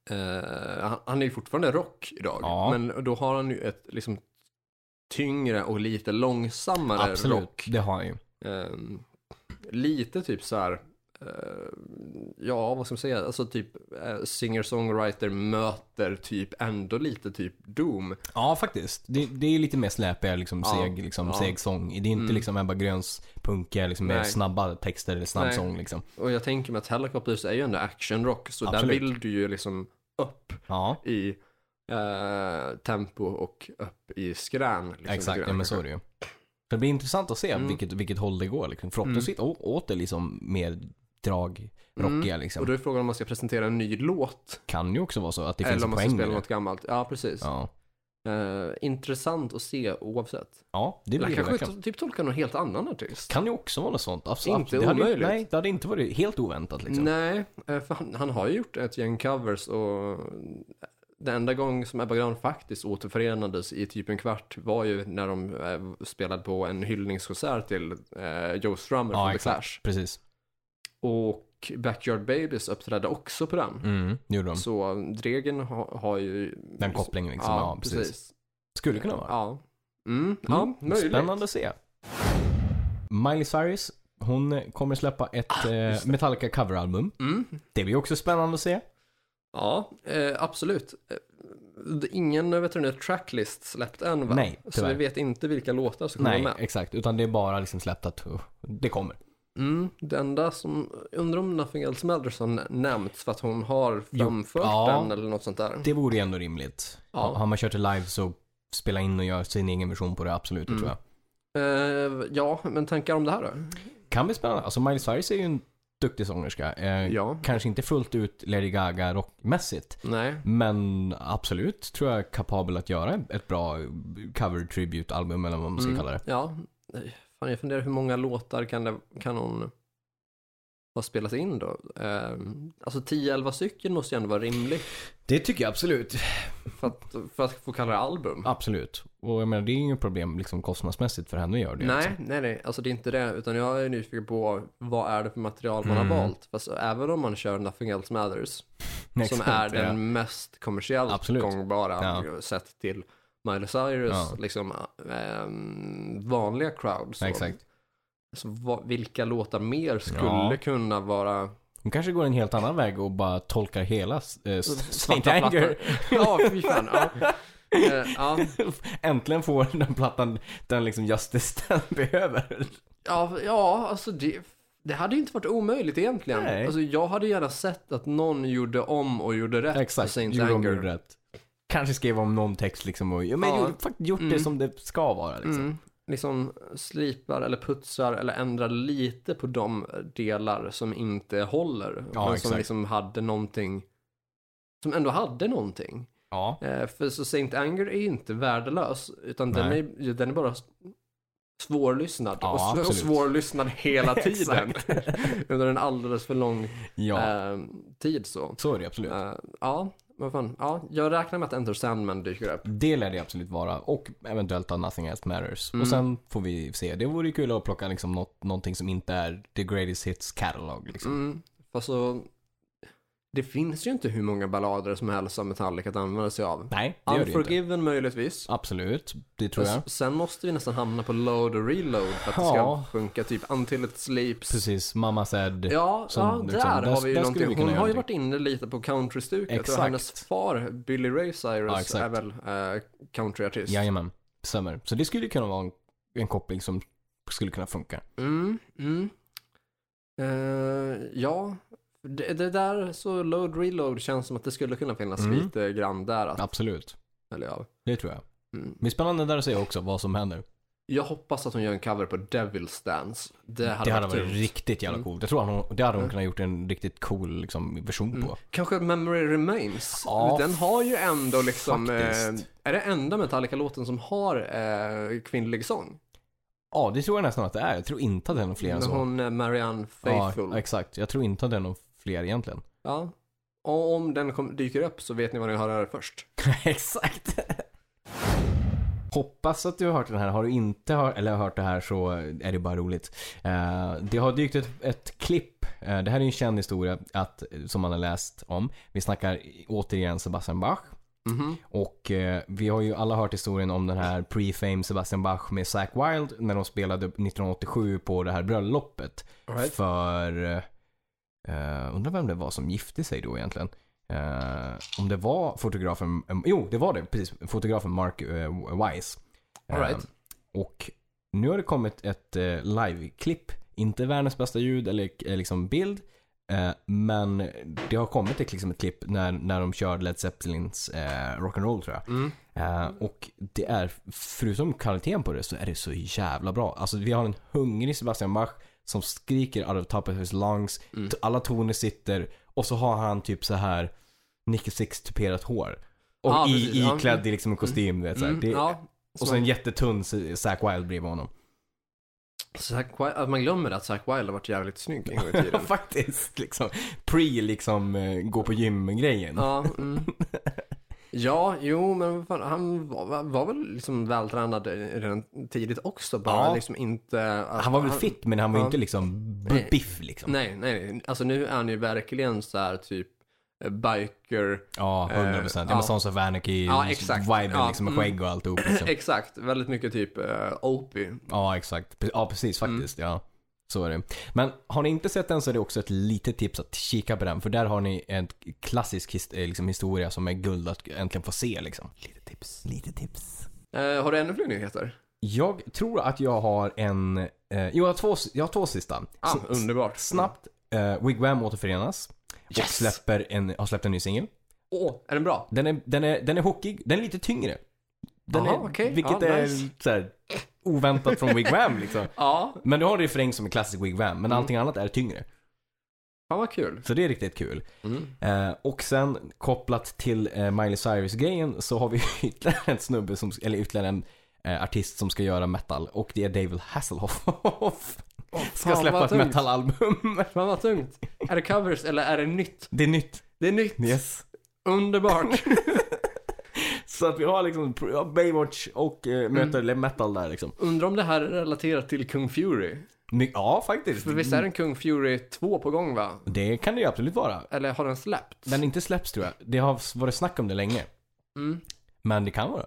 [SPEAKER 1] eh, han, han är ju fortfarande rock idag.
[SPEAKER 2] Ja.
[SPEAKER 1] Men då har han ju ett liksom tyngre och lite långsammare
[SPEAKER 2] absolut,
[SPEAKER 1] rock.
[SPEAKER 2] det har han ju.
[SPEAKER 1] Eh, lite typ så här, eh, ja vad ska man säga, alltså typ eh, singer-songwriter möter typ ändå lite typ Doom.
[SPEAKER 2] Ja, faktiskt. Det, det är ju lite mer släpiga, liksom,
[SPEAKER 1] Ja,
[SPEAKER 2] seg, liksom,
[SPEAKER 1] ja. Mm.
[SPEAKER 2] seg sång. Det är inte liksom Ebba Gröns punkiga, liksom, mer
[SPEAKER 1] Nej.
[SPEAKER 2] snabba texter eller snabb
[SPEAKER 1] Nej.
[SPEAKER 2] sång. Liksom.
[SPEAKER 1] Och jag tänker mig att Helicopters är ju ändå actionrock, så där
[SPEAKER 2] Absolut.
[SPEAKER 1] vill du ju liksom upp
[SPEAKER 2] Ja,
[SPEAKER 1] i eh, tempo och upp i skrän. liksom, Mm. lite
[SPEAKER 2] exakt.
[SPEAKER 1] grann
[SPEAKER 2] Ja, men så är
[SPEAKER 1] kanske.
[SPEAKER 2] det ju. Det blir intressant att se vilket, vilket håll det går. Liksom. Förhoppningsvis
[SPEAKER 1] Mm.
[SPEAKER 2] å- åter liksom mer drag, rockiga liksom.
[SPEAKER 1] Och då är frågan om man ska presentera en ny låt
[SPEAKER 2] kan ju också vara så att det finns
[SPEAKER 1] eller om
[SPEAKER 2] en
[SPEAKER 1] man ska
[SPEAKER 2] poäng i
[SPEAKER 1] spela
[SPEAKER 2] det.
[SPEAKER 1] något gammalt. Ja, precis.
[SPEAKER 2] Ja.
[SPEAKER 1] eh, intressant att se oavsett.
[SPEAKER 2] Ja, det
[SPEAKER 1] Eller
[SPEAKER 2] blir det
[SPEAKER 1] kanske
[SPEAKER 2] verkligen.
[SPEAKER 1] t- typ tolka någon helt annan artist.
[SPEAKER 2] Kan ju också vara något sånt. Absolut.
[SPEAKER 1] Inte
[SPEAKER 2] det hade, ju-
[SPEAKER 1] omöjligt.
[SPEAKER 2] Nej, det hade inte varit helt oväntat liksom.
[SPEAKER 1] Nej, eh, för han, han har ju gjort ett gäng covers och den enda gång som Ebba Grön faktiskt återförenades i typ en kvart var ju när de eh, spelade på en hyllningskonsert till eh, Joe Strummer
[SPEAKER 2] Ja,
[SPEAKER 1] från The
[SPEAKER 2] exakt.
[SPEAKER 1] Clash.
[SPEAKER 2] Precis.
[SPEAKER 1] Och Backyard Babies uppträdde också på den.
[SPEAKER 2] Mm, det gjorde de.
[SPEAKER 1] Så Dregen ha, har ju...
[SPEAKER 2] Den kopplingen liksom. Ja, precis. Skulle kunna vara.
[SPEAKER 1] Ja. Mm, ja,
[SPEAKER 2] Mm,
[SPEAKER 1] möjligt.
[SPEAKER 2] Spännande att se. Miley Cyrus, hon kommer släppa ett
[SPEAKER 1] Ah,
[SPEAKER 2] eh, Metallica coveralbum.
[SPEAKER 1] Mm.
[SPEAKER 2] Det blir också spännande att se.
[SPEAKER 1] Ja, eh, absolut. Eh, det- Ingen vet du, nu, tracklist släppt än va?
[SPEAKER 2] Nej,
[SPEAKER 1] Så vi
[SPEAKER 2] tyvärr.
[SPEAKER 1] vet inte vilka låtar som kommer
[SPEAKER 2] Nej,
[SPEAKER 1] med.
[SPEAKER 2] exakt. Utan det är bara liksom släppt att uh, det kommer.
[SPEAKER 1] Mm, det enda som, jag undrar om Nothing Else Matters har nä- nämnts för att hon har framfört
[SPEAKER 2] ja.
[SPEAKER 1] den eller något sånt där.
[SPEAKER 2] Det vore ju ändå rimligt.
[SPEAKER 1] Ja.
[SPEAKER 2] Har man kört det live så spela in och göra sin egen version på det, absolut, det
[SPEAKER 1] Mm.
[SPEAKER 2] tror jag.
[SPEAKER 1] Eh, ja, men tankar om det här då?
[SPEAKER 2] Kan bli spännande. Alltså Miley Cyrus är ju en duktig sångerska. Eh,
[SPEAKER 1] Ja.
[SPEAKER 2] Kanske inte fullt ut Lady Gaga rockmässigt.
[SPEAKER 1] Nej.
[SPEAKER 2] Men absolut tror jag kapabel att göra ett bra cover tribute album eller vad man ska
[SPEAKER 1] Mm,
[SPEAKER 2] kalla det.
[SPEAKER 1] Ja. Nej, Fan, jag funderar hur många låtar kan, det, kan hon ha spelat in då? Eh, alltså 10-11 stycken måste ju ändå vara rimligt
[SPEAKER 2] Det tycker jag absolut.
[SPEAKER 1] för att, för att få kalla det album.
[SPEAKER 2] Absolut. Och jag menar det är ju inget problem liksom kostnadsmässigt för henne att göra det.
[SPEAKER 1] Nej,
[SPEAKER 2] liksom.
[SPEAKER 1] nej, nej, alltså det är inte det, utan jag är nyfiken på vad är det för material man
[SPEAKER 2] Mm.
[SPEAKER 1] har valt. Fast även om man kör Nothing Else Matters, som
[SPEAKER 2] Exakt,
[SPEAKER 1] är den
[SPEAKER 2] ja.
[SPEAKER 1] mest kommersiellt
[SPEAKER 2] Absolut.
[SPEAKER 1] gångbara
[SPEAKER 2] Ja.
[SPEAKER 1] sett till Miley Cyrus
[SPEAKER 2] Ja.
[SPEAKER 1] liksom, ehm, vanliga crowd. Så,
[SPEAKER 2] Ja, exakt.
[SPEAKER 1] så vad, vilka låtar mer skulle
[SPEAKER 2] Ja.
[SPEAKER 1] kunna vara
[SPEAKER 2] Hon kanske går en helt annan väg och bara tolkar hela eh, Saint
[SPEAKER 1] svarta plattor?
[SPEAKER 2] Anger.
[SPEAKER 1] ja, fy fan. Ja. Eh, ja.
[SPEAKER 2] Äntligen får den plattan den liksom justice den behöver.
[SPEAKER 1] Ja, ja alltså det, det hade ju inte varit omöjligt egentligen.
[SPEAKER 2] Nej.
[SPEAKER 1] Alltså jag hade gärna sett att någon gjorde om och gjorde rätt
[SPEAKER 2] Exakt,
[SPEAKER 1] Saint
[SPEAKER 2] gjorde om
[SPEAKER 1] Anger.
[SPEAKER 2] gjorde rätt. Kanske skrev om någon text liksom och ja, men
[SPEAKER 1] Ja.
[SPEAKER 2] gjorde, faktiskt gjort det
[SPEAKER 1] Mm.
[SPEAKER 2] som det ska vara liksom.
[SPEAKER 1] Mm. Liksom slipar eller putsar eller ändrar lite på de delar som inte håller.
[SPEAKER 2] Ja,
[SPEAKER 1] men som
[SPEAKER 2] exakt.
[SPEAKER 1] liksom hade någonting. Som ändå hade någonting.
[SPEAKER 2] Ja,
[SPEAKER 1] Eh, för så Saint Anger är ju inte värdelös. Utan den
[SPEAKER 2] Nej.
[SPEAKER 1] är, den är bara s- svårlyssnad.
[SPEAKER 2] Ja,
[SPEAKER 1] och, s- och
[SPEAKER 2] absolut.
[SPEAKER 1] svårlyssnad hela tiden. Under en alldeles för lång
[SPEAKER 2] ja.
[SPEAKER 1] eh, tid så.
[SPEAKER 2] Så är det absolut.
[SPEAKER 1] Eh, ja, vad fan. Ja, jag räknar med att Enter Sandman dyker upp.
[SPEAKER 2] Det lär det absolut vara och eventuellt att Nothing Else Matters.
[SPEAKER 1] Mm.
[SPEAKER 2] Och sen får vi se. Det vore ju kul att plocka liksom något, någonting som inte är The Greatest Hits Catalog. Liksom.
[SPEAKER 1] Mm. Fast så, det finns ju inte hur många ballader som helst som Metallica att använda sig av.
[SPEAKER 2] Nej, det gör det ju inte.
[SPEAKER 1] Unforgiven möjligtvis.
[SPEAKER 2] Absolut, det tror jag.
[SPEAKER 1] S- Sen måste vi nästan hamna på load och reload för att det
[SPEAKER 2] Ja.
[SPEAKER 1] ska funka. Typ Until It Sleeps.
[SPEAKER 2] Precis, Mamma Said.
[SPEAKER 1] Ja,
[SPEAKER 2] Som
[SPEAKER 1] ja
[SPEAKER 2] liksom-
[SPEAKER 1] där
[SPEAKER 2] där-
[SPEAKER 1] har vi ju
[SPEAKER 2] där skulle
[SPEAKER 1] någonting.
[SPEAKER 2] vi
[SPEAKER 1] Hon
[SPEAKER 2] kunna
[SPEAKER 1] har
[SPEAKER 2] göra
[SPEAKER 1] ju
[SPEAKER 2] någonting.
[SPEAKER 1] varit inne lite på countrystuket och
[SPEAKER 2] Exakt.
[SPEAKER 1] hennes far Billy Ray
[SPEAKER 2] Ja,
[SPEAKER 1] Cyrus
[SPEAKER 2] exakt.
[SPEAKER 1] är väl eh, countryartist.
[SPEAKER 2] Jajamän, stämmer. Så det skulle ju kunna vara en, en koppling som skulle kunna funka.
[SPEAKER 1] Mm, mm. Eh, ja, det, det där så load reload känns som att det skulle kunna finnas
[SPEAKER 2] Mm.
[SPEAKER 1] lite grann där att
[SPEAKER 2] Absolut,
[SPEAKER 1] välja av.
[SPEAKER 2] det tror jag.
[SPEAKER 1] Mm.
[SPEAKER 2] Men spännande där att se också vad som händer.
[SPEAKER 1] Jag hoppas att hon gör en cover på Devil's Dance. Det hade,
[SPEAKER 2] Mm, Det hade varit
[SPEAKER 1] grymt.
[SPEAKER 2] riktigt jävla
[SPEAKER 1] Mm.
[SPEAKER 2] coolt. Jag tror att hon, det hade hon
[SPEAKER 1] Mm.
[SPEAKER 2] kunnat gjort en riktigt cool liksom, version
[SPEAKER 1] Mm.
[SPEAKER 2] på.
[SPEAKER 1] Kanske Memory Remains.
[SPEAKER 2] Ja,
[SPEAKER 1] Den har ju ändå liksom... eh,
[SPEAKER 2] faktiskt.
[SPEAKER 1] är det enda Metallica-låten som har eh, kvinnlig sång?
[SPEAKER 2] Ja, det tror jag nästan att det är. Jag tror inte att det är någon fler än
[SPEAKER 1] När
[SPEAKER 2] så.
[SPEAKER 1] hon eh, Marianne Faithfull.
[SPEAKER 2] Ja,
[SPEAKER 1] Ja,
[SPEAKER 2] exakt. Jag tror inte att det är någon fler egentligen.
[SPEAKER 1] Och om den kom, dyker upp så vet ni vad ni hör här först.
[SPEAKER 2] exakt. Hoppas att du har hört den här. Har du inte hört, eller hört det här så är det bara roligt. Eh, det har dykt ett, ett klipp. Eh, det här är ju en känd historia att, som man har läst om. Vi snackar återigen Sebastian Bach.
[SPEAKER 1] Mhm.
[SPEAKER 2] Och eh, vi har ju alla hört historien om den här pre-fame Sebastian Bach med Zack Wilde när de spelade 1987 på det här bröllopet.
[SPEAKER 1] All right.
[SPEAKER 2] För, eh, undrar vem det var som gifte sig då egentligen. Eh, om det var fotografen, eh, jo det var det, precis. Fotografen Mark eh, Wise.
[SPEAKER 1] All right.
[SPEAKER 2] och nu har det kommit ett eh, live-klipp. Inte världens bästa ljud eller eh, liksom bild. Eh, men det har kommit ett, liksom, ett klipp när, när de kör Led Zeppelins eh, rock'n'roll tror jag.
[SPEAKER 1] Mm.
[SPEAKER 2] Eh, och det är, förutom kvaliteten på det, så är det så jävla bra. Alltså vi har en hungrig Sebastian Bach som skriker out of top of his lungs.
[SPEAKER 1] Mm.
[SPEAKER 2] T- Alla toner sitter och så har han typ så här Nicky Six tuperat hår. Och
[SPEAKER 1] Ja,
[SPEAKER 2] i,
[SPEAKER 1] precis, ja.
[SPEAKER 2] iklädd i liksom en kostym, du vet, så här.
[SPEAKER 1] Mm,
[SPEAKER 2] det,
[SPEAKER 1] ja.
[SPEAKER 2] Och sen en jättetunn Zack Wild bredvid honom.
[SPEAKER 1] Zack Wilde, att man glömmer att Zack Wilde har varit jävligt snygg en gång i
[SPEAKER 2] Ja,
[SPEAKER 1] tiden.
[SPEAKER 2] faktiskt. Liksom, pre liksom eh, gå på gym-grejen.
[SPEAKER 1] ja, mm. ja, jo, men vad fan, han var, var väl liksom vältränad redan tidigt också. Bara
[SPEAKER 2] Ja.
[SPEAKER 1] liksom inte... att-
[SPEAKER 2] Han var väl fit, men han var ju
[SPEAKER 1] ja.
[SPEAKER 2] inte liksom b-
[SPEAKER 1] Nej.
[SPEAKER 2] biff liksom.
[SPEAKER 1] Nej, nej, alltså nu är han ju verkligen så här typ eh, biker.
[SPEAKER 2] Ja, 100 procent.
[SPEAKER 1] Eh,
[SPEAKER 2] Ja,
[SPEAKER 1] ja.
[SPEAKER 2] Sons of Anarchy,
[SPEAKER 1] Ja, exakt.
[SPEAKER 2] viben
[SPEAKER 1] Ja,
[SPEAKER 2] liksom med
[SPEAKER 1] mm.
[SPEAKER 2] skägg och alltihop. Liksom.
[SPEAKER 1] Exakt, väldigt mycket typ uh, Opie.
[SPEAKER 2] Ja, exakt. Pre- Ja, precis
[SPEAKER 1] Mm.
[SPEAKER 2] faktiskt. Ja. Så är det. Men har ni inte sett den så är det också ett litet tips att kika på den. För där har ni en klassisk his- eh, liksom, historia som är guld att äntligen få se. Liksom. Lite tips. Lite tips.
[SPEAKER 1] Eh, har du ännu fler nyheter?
[SPEAKER 2] Jag tror att jag har en... Eh, jo, jag har två, jag har två sista.
[SPEAKER 1] Ah,
[SPEAKER 2] S-
[SPEAKER 1] underbart.
[SPEAKER 2] Snabbt. Eh, Wigwam återförenas. Och
[SPEAKER 1] Yes!
[SPEAKER 2] släpper en, har släppt en ny singel.
[SPEAKER 1] Åh, är den bra?
[SPEAKER 2] Den är, den, är, den är hockig. Den är lite tyngre. Den
[SPEAKER 1] Aha,
[SPEAKER 2] är,
[SPEAKER 1] okej.
[SPEAKER 2] Vilket
[SPEAKER 1] Ja,
[SPEAKER 2] är
[SPEAKER 1] nice.
[SPEAKER 2] så här, oväntat från Wigwam liksom.
[SPEAKER 1] Ja,
[SPEAKER 2] Men du har en refräng som är klassisk wigwam, men
[SPEAKER 1] Mm.
[SPEAKER 2] allting annat är tyngre.
[SPEAKER 1] fan vad kul.
[SPEAKER 2] Så det är riktigt kul.
[SPEAKER 1] Mm.
[SPEAKER 2] Eh, och sen kopplat till eh, Miley Cyrus-grejen så har vi ytterligare en snubbe, som, eller ytterligare en eh, artist som ska göra metal. Och det är David Hasselhoff. ska
[SPEAKER 1] fan,
[SPEAKER 2] släppa
[SPEAKER 1] vad
[SPEAKER 2] ett
[SPEAKER 1] tungt.
[SPEAKER 2] metalalbum.
[SPEAKER 1] Fan vad tungt. Är det covers eller är det nytt?
[SPEAKER 2] det är nytt.
[SPEAKER 1] Det är nytt.
[SPEAKER 2] Yes.
[SPEAKER 1] Underbart.
[SPEAKER 2] Så att vi har liksom ja, Baywatch och
[SPEAKER 1] Mm.
[SPEAKER 2] eh, möter metal där liksom.
[SPEAKER 1] Undrar om det här är relaterat till Kung Fury?
[SPEAKER 2] My- ja, faktiskt.
[SPEAKER 1] För visst är det en Kung Fury 2 på gång va?
[SPEAKER 2] Det kan det ju absolut vara.
[SPEAKER 1] Eller har den släppt?
[SPEAKER 2] Den inte släpps tror jag. Det har varit snack om det länge.
[SPEAKER 1] Mm.
[SPEAKER 2] Men det kan vara.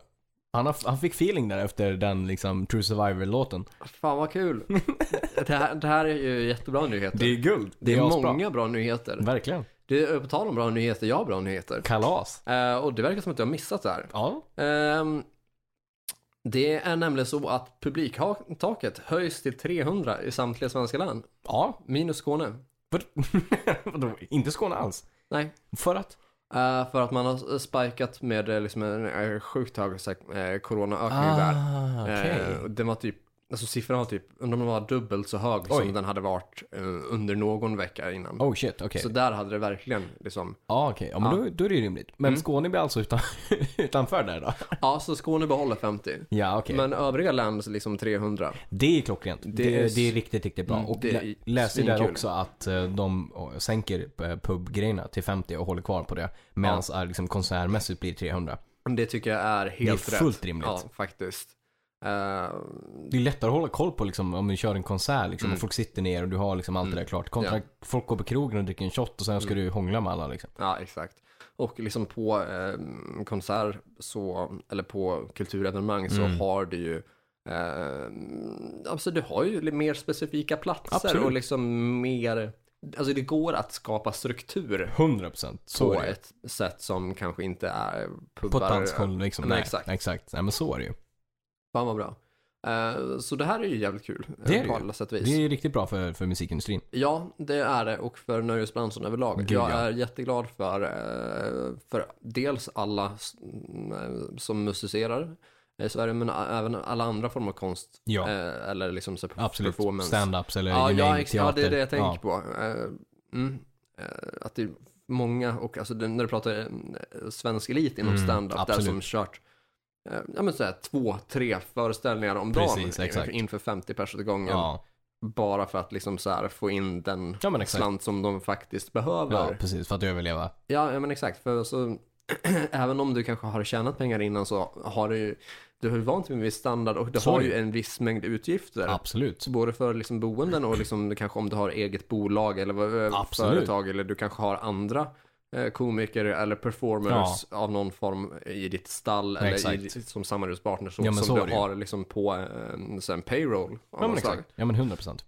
[SPEAKER 2] Han, har, han fick feeling där efter den liksom True Survivor-låten.
[SPEAKER 1] Fan vad kul. det, här, det här är ju jättebra nyheter.
[SPEAKER 2] är guld.
[SPEAKER 1] Det är
[SPEAKER 2] asbra.
[SPEAKER 1] många bra nyheter.
[SPEAKER 2] Verkligen.
[SPEAKER 1] Det är, på tal om bra nyheter, jag har bra nyheter.
[SPEAKER 2] Kalas.
[SPEAKER 1] Eh, och det verkar som att jag har missat det här.
[SPEAKER 2] Ja.
[SPEAKER 1] Ehm, det är nämligen så att publiktaket höjs till 300 i samtliga svenska län.
[SPEAKER 2] Ja.
[SPEAKER 1] Minus Skåne.
[SPEAKER 2] Vad- Vadå? Inte Skåne alls.
[SPEAKER 1] Nej.
[SPEAKER 2] För att?
[SPEAKER 1] Eh, för att man har spikat med eh, liksom en eh, sjukt hög så här, eh, coronaökning där.
[SPEAKER 2] Ah, okej.
[SPEAKER 1] Eh, och den var typ, alltså siffrorna var typ, undrar om den var dubbelt så hög
[SPEAKER 2] Oj.
[SPEAKER 1] som den hade varit eh, under någon vecka innan.
[SPEAKER 2] Oh shit, okej.
[SPEAKER 1] Så där hade det verkligen liksom,
[SPEAKER 2] Ja, okej. Ja, men
[SPEAKER 1] Ja. Mm.
[SPEAKER 2] Då, då är det ju rimligt. Men Skåne blir alltså utan, utanför där då?
[SPEAKER 1] ja så Skåne behåller 50.
[SPEAKER 2] Ja, okej.
[SPEAKER 1] Men övriga län så liksom 300.
[SPEAKER 2] Det är klockrent. Det, det, är,
[SPEAKER 1] är-
[SPEAKER 2] riktigt, riktigt bra.
[SPEAKER 1] Mm,
[SPEAKER 2] och
[SPEAKER 1] det är
[SPEAKER 2] lä- läser ju där
[SPEAKER 1] svinkul.
[SPEAKER 2] också att eh, de eh, sänker eh, pubgrejerna till 50 och håller kvar på det. Medan ja. liksom, konsertmässigt blir 300.
[SPEAKER 1] Det tycker jag är helt
[SPEAKER 2] Det är fullt
[SPEAKER 1] rätt.
[SPEAKER 2] rimligt.
[SPEAKER 1] Ja, faktiskt. Eh,
[SPEAKER 2] Det är lättare att hålla koll på liksom, om du kör en konsert liksom,
[SPEAKER 1] Mm.
[SPEAKER 2] och folk sitter ner och du har liksom allt det där klart. Kontra folk går på krogen och dricker en shot och sen
[SPEAKER 1] Mm.
[SPEAKER 2] ska du hångla med alla. Liksom.
[SPEAKER 1] ja, exakt. Och liksom på eh, konsert så, eller på kulturevenemang så
[SPEAKER 2] Mm.
[SPEAKER 1] har du ju eh, alltså du har ju mer specifika platser
[SPEAKER 2] Absolut.
[SPEAKER 1] och liksom mer, alltså det går att skapa struktur
[SPEAKER 2] 100% så
[SPEAKER 1] på
[SPEAKER 2] är det.
[SPEAKER 1] ett sätt som kanske inte är pubbar.
[SPEAKER 2] På ett dansgolv liksom.
[SPEAKER 1] Nej,
[SPEAKER 2] Nej, exakt.
[SPEAKER 1] exakt.
[SPEAKER 2] exakt. Nej, men så är det ju.
[SPEAKER 1] Fan vad bra. Eh, så det här är ju jävligt kul. eh,
[SPEAKER 2] Det är det
[SPEAKER 1] på
[SPEAKER 2] ju.
[SPEAKER 1] alla sätt och vis.
[SPEAKER 2] Det är ju riktigt bra för, för musikindustrin.
[SPEAKER 1] Ja, det är det och för nöjesbranschen överlag.
[SPEAKER 2] Gud,
[SPEAKER 1] jag
[SPEAKER 2] ja.
[SPEAKER 1] är jätteglad för, eh, för dels alla s- mm, som musicerar i Sverige, men ä- även alla andra former av konst.
[SPEAKER 2] Ja.
[SPEAKER 1] Eh, Eller liksom så
[SPEAKER 2] Absolut.
[SPEAKER 1] performance.
[SPEAKER 2] Stand-ups eller
[SPEAKER 1] ja,
[SPEAKER 2] you
[SPEAKER 1] ja,
[SPEAKER 2] name it,
[SPEAKER 1] ex- ja, det är det jag
[SPEAKER 2] teater.
[SPEAKER 1] tänker på. Eh, Mm. Eh, Att det är många, och alltså det- när du pratar eh, svensk elit inom
[SPEAKER 2] Mm,
[SPEAKER 1] stand-up,
[SPEAKER 2] absolut.
[SPEAKER 1] där som kört eh, ja, men så här, två, tre föreställningar om
[SPEAKER 2] Precis,
[SPEAKER 1] dagen
[SPEAKER 2] exakt.
[SPEAKER 1] inför- inför 50 personer gången
[SPEAKER 2] Ja.
[SPEAKER 1] bara för att liksom så här få in den
[SPEAKER 2] Ja, men exakt.
[SPEAKER 1] slant som de faktiskt
[SPEAKER 2] Ja.
[SPEAKER 1] behöver. Ja,
[SPEAKER 2] precis. För att överleva.
[SPEAKER 1] ja men exakt. För så, även om du kanske har tjänat pengar innan så har du ju, du har ju vant dig med en viss standard och du
[SPEAKER 2] Så är
[SPEAKER 1] har
[SPEAKER 2] det.
[SPEAKER 1] ju en viss mängd utgifter.
[SPEAKER 2] Absolut.
[SPEAKER 1] Så både för liksom boenden och liksom du kanske om du har eget bolag eller vad- eh,
[SPEAKER 2] Absolut.
[SPEAKER 1] företag eller du kanske har andra eh, komiker eller performers av någon form i ditt stall
[SPEAKER 2] Ja,
[SPEAKER 1] eller i,
[SPEAKER 2] exakt.
[SPEAKER 1] ditt- som samarbetspartner som,
[SPEAKER 2] Ja, men så
[SPEAKER 1] som
[SPEAKER 2] är det
[SPEAKER 1] du
[SPEAKER 2] ju.
[SPEAKER 1] har liksom på eh, så en payroll av
[SPEAKER 2] Ja men
[SPEAKER 1] något slag.
[SPEAKER 2] exakt. Ja men 100%.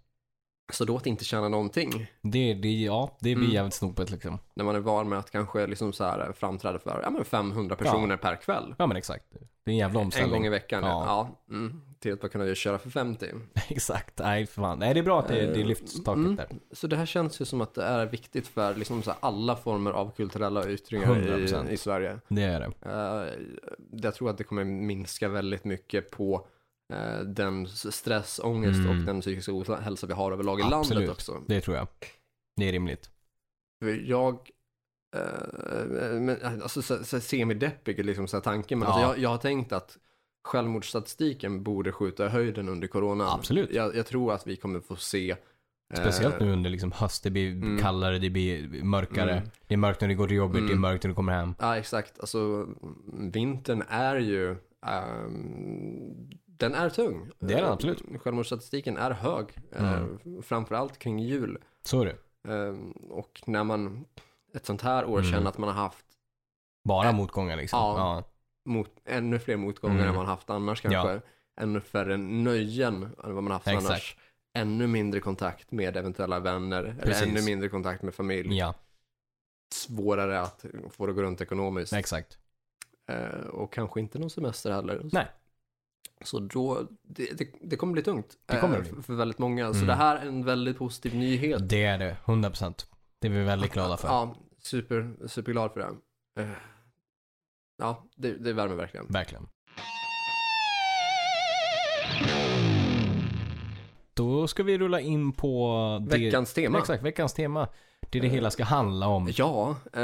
[SPEAKER 1] Så då att inte tjäna någonting
[SPEAKER 2] Det, det, ja, det blir
[SPEAKER 1] Mm.
[SPEAKER 2] jävligt snopet liksom.
[SPEAKER 1] När man är van med att kanske liksom så här framträda för ja, men 500 personer per kväll.
[SPEAKER 2] Ja men exakt. Det är en jävla
[SPEAKER 1] En
[SPEAKER 2] omställning.
[SPEAKER 1] gång i veckan.
[SPEAKER 2] Ja.
[SPEAKER 1] Ja. Ja, mm, till att man kan köra för 50.
[SPEAKER 2] Exakt. Nej för fan. Nej det är bra att det, det
[SPEAKER 1] Eh,
[SPEAKER 2] lyfts taket
[SPEAKER 1] mm.
[SPEAKER 2] där.
[SPEAKER 1] Så det här känns ju som att det är viktigt för liksom så här alla former av kulturella yttringar
[SPEAKER 2] 100%.
[SPEAKER 1] i, i Sverige.
[SPEAKER 2] Det är det.
[SPEAKER 1] Eh, jag tror att det kommer minska väldigt mycket på eh, den s- stress, ångest
[SPEAKER 2] Mm.
[SPEAKER 1] och den psykiska ohälsa vi har överlag i
[SPEAKER 2] Absolut.
[SPEAKER 1] landet också.
[SPEAKER 2] Det tror jag. Det är rimligt.
[SPEAKER 1] För Jag eh, men, alltså, så, så, semideppig är liksom så här tanken. Men
[SPEAKER 2] Ja.
[SPEAKER 1] alltså, jag, jag har tänkt att självmordsstatistiken borde skjuta i höjden under corona.
[SPEAKER 2] Absolut.
[SPEAKER 1] Jag, jag tror att vi kommer få se. eh,
[SPEAKER 2] Speciellt nu under liksom höst, det blir
[SPEAKER 1] Mm.
[SPEAKER 2] kallare, det blir mörkare.
[SPEAKER 1] Mm.
[SPEAKER 2] Det är mörkt när du går till jobbet, det är
[SPEAKER 1] Mm.
[SPEAKER 2] mörkt när du kommer hem.
[SPEAKER 1] Ja, exakt. Alltså, vintern är ju... ehm, den är tung.
[SPEAKER 2] Det är den absolut. Mm.
[SPEAKER 1] Eh, Självmordsstatistiken är hög. eh, Framförallt kring jul.
[SPEAKER 2] Så är det.
[SPEAKER 1] Eh, och när man ett sånt här år
[SPEAKER 2] Mm.
[SPEAKER 1] känner att man har haft
[SPEAKER 2] Bara
[SPEAKER 1] Ä-
[SPEAKER 2] motgångar liksom.
[SPEAKER 1] Eh, Ja.
[SPEAKER 2] Ja.
[SPEAKER 1] mot, ännu fler motgångar
[SPEAKER 2] Mm.
[SPEAKER 1] än man haft annars kanske. Ännu färre nöjen än vad man haft
[SPEAKER 2] Exakt.
[SPEAKER 1] annars. Ännu mindre kontakt med eventuella vänner.
[SPEAKER 2] Precis.
[SPEAKER 1] Eller ännu mindre kontakt med familj.
[SPEAKER 2] ja,
[SPEAKER 1] Svårare att få det att gå runt ekonomiskt.
[SPEAKER 2] exakt.
[SPEAKER 1] Eh, och kanske inte någon semester heller.
[SPEAKER 2] Nej.
[SPEAKER 1] Så då, det, det, det kommer bli tungt.
[SPEAKER 2] Det kommer
[SPEAKER 1] eh,
[SPEAKER 2] det bli.
[SPEAKER 1] för, för väldigt många. Så
[SPEAKER 2] Mm.
[SPEAKER 1] det här är en väldigt positiv nyhet.
[SPEAKER 2] Det är det, 100%. Det är vi väldigt glada för.
[SPEAKER 1] Ja, super, superglad för det. Eh, ja, det, det värmer verkligen.
[SPEAKER 2] Verkligen. Då ska vi rulla in på det-
[SPEAKER 1] Veckans tema. Eh.
[SPEAKER 2] Exakt, veckans tema. Det det hela ska handla om.
[SPEAKER 1] Ja, eh,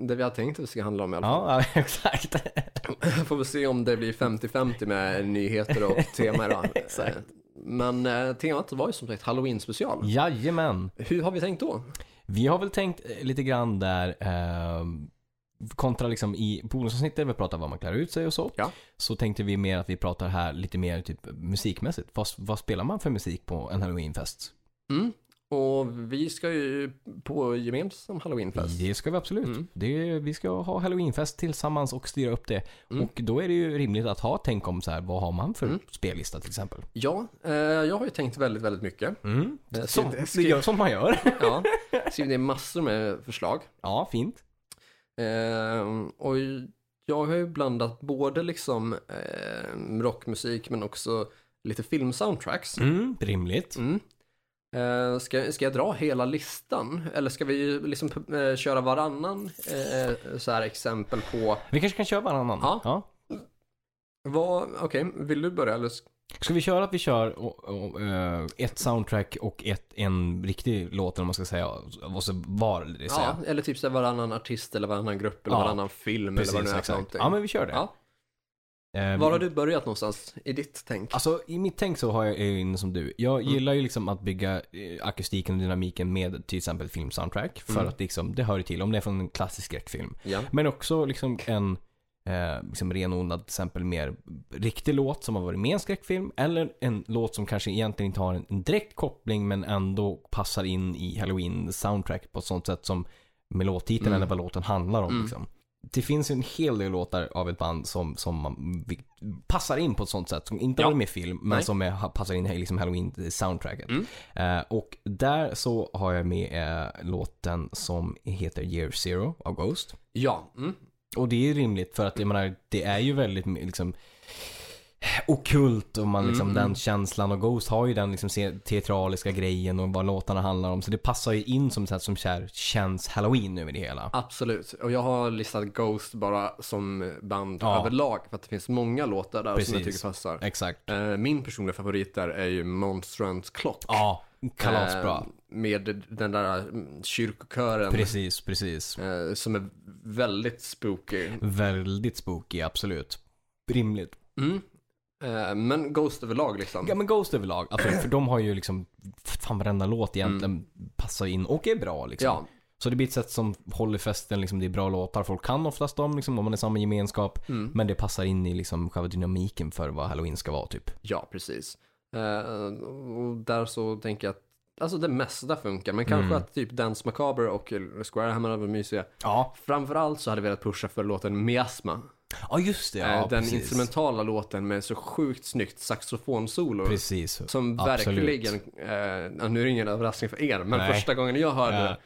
[SPEAKER 1] det vi har tänkt att det ska handla om i alla fall.
[SPEAKER 2] Ja, exakt.
[SPEAKER 1] Får vi se om det blir 50-50 med nyheter och tema idag.
[SPEAKER 2] Exakt.
[SPEAKER 1] Eh, Men eh, temat var ju som sagt Halloween special.
[SPEAKER 2] Jajamän.
[SPEAKER 1] Hur har vi tänkt då?
[SPEAKER 2] Vi har väl tänkt eh, lite grann där eh, kontra liksom i bonusavsnittet där vi pratar vad man klär ut sig och så.
[SPEAKER 1] Ja.
[SPEAKER 2] Så tänkte vi mer att vi pratar här lite mer typ musikmässigt. Vad, vad spelar man för musik på en halloweenfest?
[SPEAKER 1] Mm. Och vi ska ju på gemensam halloweenfest.
[SPEAKER 2] Det ska vi absolut.
[SPEAKER 1] Mm.
[SPEAKER 2] Det, vi ska ha halloweenfest tillsammans och styra upp det.
[SPEAKER 1] Mm.
[SPEAKER 2] Och då är det ju rimligt att ha tänk om så här, vad har man för
[SPEAKER 1] Mm.
[SPEAKER 2] spellista till exempel?
[SPEAKER 1] Ja, eh, jag har ju tänkt väldigt, väldigt mycket.
[SPEAKER 2] Mm.
[SPEAKER 1] Eh,
[SPEAKER 2] Som,
[SPEAKER 1] skriv-
[SPEAKER 2] det gör som man gör.
[SPEAKER 1] Ja, så det är massor med förslag.
[SPEAKER 2] ja, fint.
[SPEAKER 1] Eh, och jag har ju blandat både liksom eh, rockmusik men också lite filmsoundtracks.
[SPEAKER 2] Mm. Rimligt.
[SPEAKER 1] Mm. Eh, ska, ska jag dra hela listan? Eller ska vi liksom eh, köra varannan eh, så här exempel på
[SPEAKER 2] Vi kanske kan köra varannan.
[SPEAKER 1] Ja. vad, okej, vill du börja eller? sk-
[SPEAKER 2] Ska vi köra att vi kör och, och, eh, ett soundtrack och ett, en riktig låt eller vad man ska säga. Och så var det säga.
[SPEAKER 1] Ja, eller typ så här varannan artist eller varannan grupp eller
[SPEAKER 2] Ja,
[SPEAKER 1] varannan film
[SPEAKER 2] Precis,
[SPEAKER 1] eller vad det nu är för
[SPEAKER 2] exakt.
[SPEAKER 1] någonting.
[SPEAKER 2] Ja, men vi kör det.
[SPEAKER 1] Ja.
[SPEAKER 2] Eh,
[SPEAKER 1] Var har du börjat någonstans i ditt tänk?
[SPEAKER 2] Alltså i mitt tänk så har jag, är jag inne som du. Jag
[SPEAKER 1] Mm.
[SPEAKER 2] gillar ju liksom att bygga eh, akustiken och dynamiken med till exempel filmsoundtrack. För
[SPEAKER 1] Mm.
[SPEAKER 2] att liksom, det hör ju till. Om det är från en klassisk skräckfilm.
[SPEAKER 1] Ja.
[SPEAKER 2] Men också liksom en eh, liksom renodlad, till exempel mer riktig låt som har varit med i en skräckfilm. Eller en låt som kanske egentligen inte har en direkt koppling men ändå passar in i halloween soundtrack på ett sånt sätt som med låttiteln
[SPEAKER 1] Mm.
[SPEAKER 2] eller vad låten handlar om.
[SPEAKER 1] Mm.
[SPEAKER 2] Liksom. Det finns ju en hel del låtar av ett band som, som man, vi- passar in på ett sånt sätt som inte
[SPEAKER 1] Ja.
[SPEAKER 2] har varit med i film men
[SPEAKER 1] Nej.
[SPEAKER 2] som är, ha- passar in i liksom halloween-soundtracket.
[SPEAKER 1] Mm.
[SPEAKER 2] Eh, och där så har jag med eh, låten som heter Year Zero av Ghost.
[SPEAKER 1] Ja. Mm.
[SPEAKER 2] Och det är ju rimligt för att jag menar, det är ju väldigt liksom okult och man liksom den känslan och Ghost har ju den liksom se- teatraliska grejen och vad låtarna handlar om. Så det passar ju in som så här, som så här, känns halloween över det hela.
[SPEAKER 1] Absolut, och jag har listat Ghost bara som band
[SPEAKER 2] Ja.
[SPEAKER 1] överlag för att det finns många låtar där som jag
[SPEAKER 2] Precis.
[SPEAKER 1] tycker passar.
[SPEAKER 2] Exakt.
[SPEAKER 1] Eh, Min personliga favorit där är ju Monstrant Clock.
[SPEAKER 2] Ja, kalasbra.
[SPEAKER 1] Eh, Med den där mm, kyrkokören
[SPEAKER 2] Precis, precis.
[SPEAKER 1] eh, som är väldigt spooky.
[SPEAKER 2] Väldigt spooky, absolut. Rimligt.
[SPEAKER 1] Mm. Eh, Men Ghost överlag liksom.
[SPEAKER 2] Ja men Ghost överlag, absolut. För de har ju liksom, fan varenda låt egentligen passar in och är bra liksom.
[SPEAKER 1] Ja,
[SPEAKER 2] Så det blir ett sätt som håller festen, liksom, det är bra låtar, folk kan oftast dem liksom, om man är i samma gemenskap.
[SPEAKER 1] Mm.
[SPEAKER 2] Men det passar in i liksom, själva dynamiken för vad halloween ska vara typ.
[SPEAKER 1] ja precis. Eh, Och där så tänker jag att Alltså det mesta funkar, men
[SPEAKER 2] Mm.
[SPEAKER 1] kanske att typ Dance Macabre och Square Hammer var mysiga.
[SPEAKER 2] Ja,
[SPEAKER 1] Framförallt så hade jag velat pusha för låten Miasma.
[SPEAKER 2] ja just det. Ja,
[SPEAKER 1] Eh, den
[SPEAKER 2] precis.
[SPEAKER 1] instrumentala låten med så sjukt snyggt saxofonsolo.
[SPEAKER 2] Precis.
[SPEAKER 1] Som
[SPEAKER 2] Absolut.
[SPEAKER 1] verkligen, eh, ja, nu är det ingen överraskning för er, men
[SPEAKER 2] Nej.
[SPEAKER 1] första gången jag hörde
[SPEAKER 2] Ja.
[SPEAKER 1] det,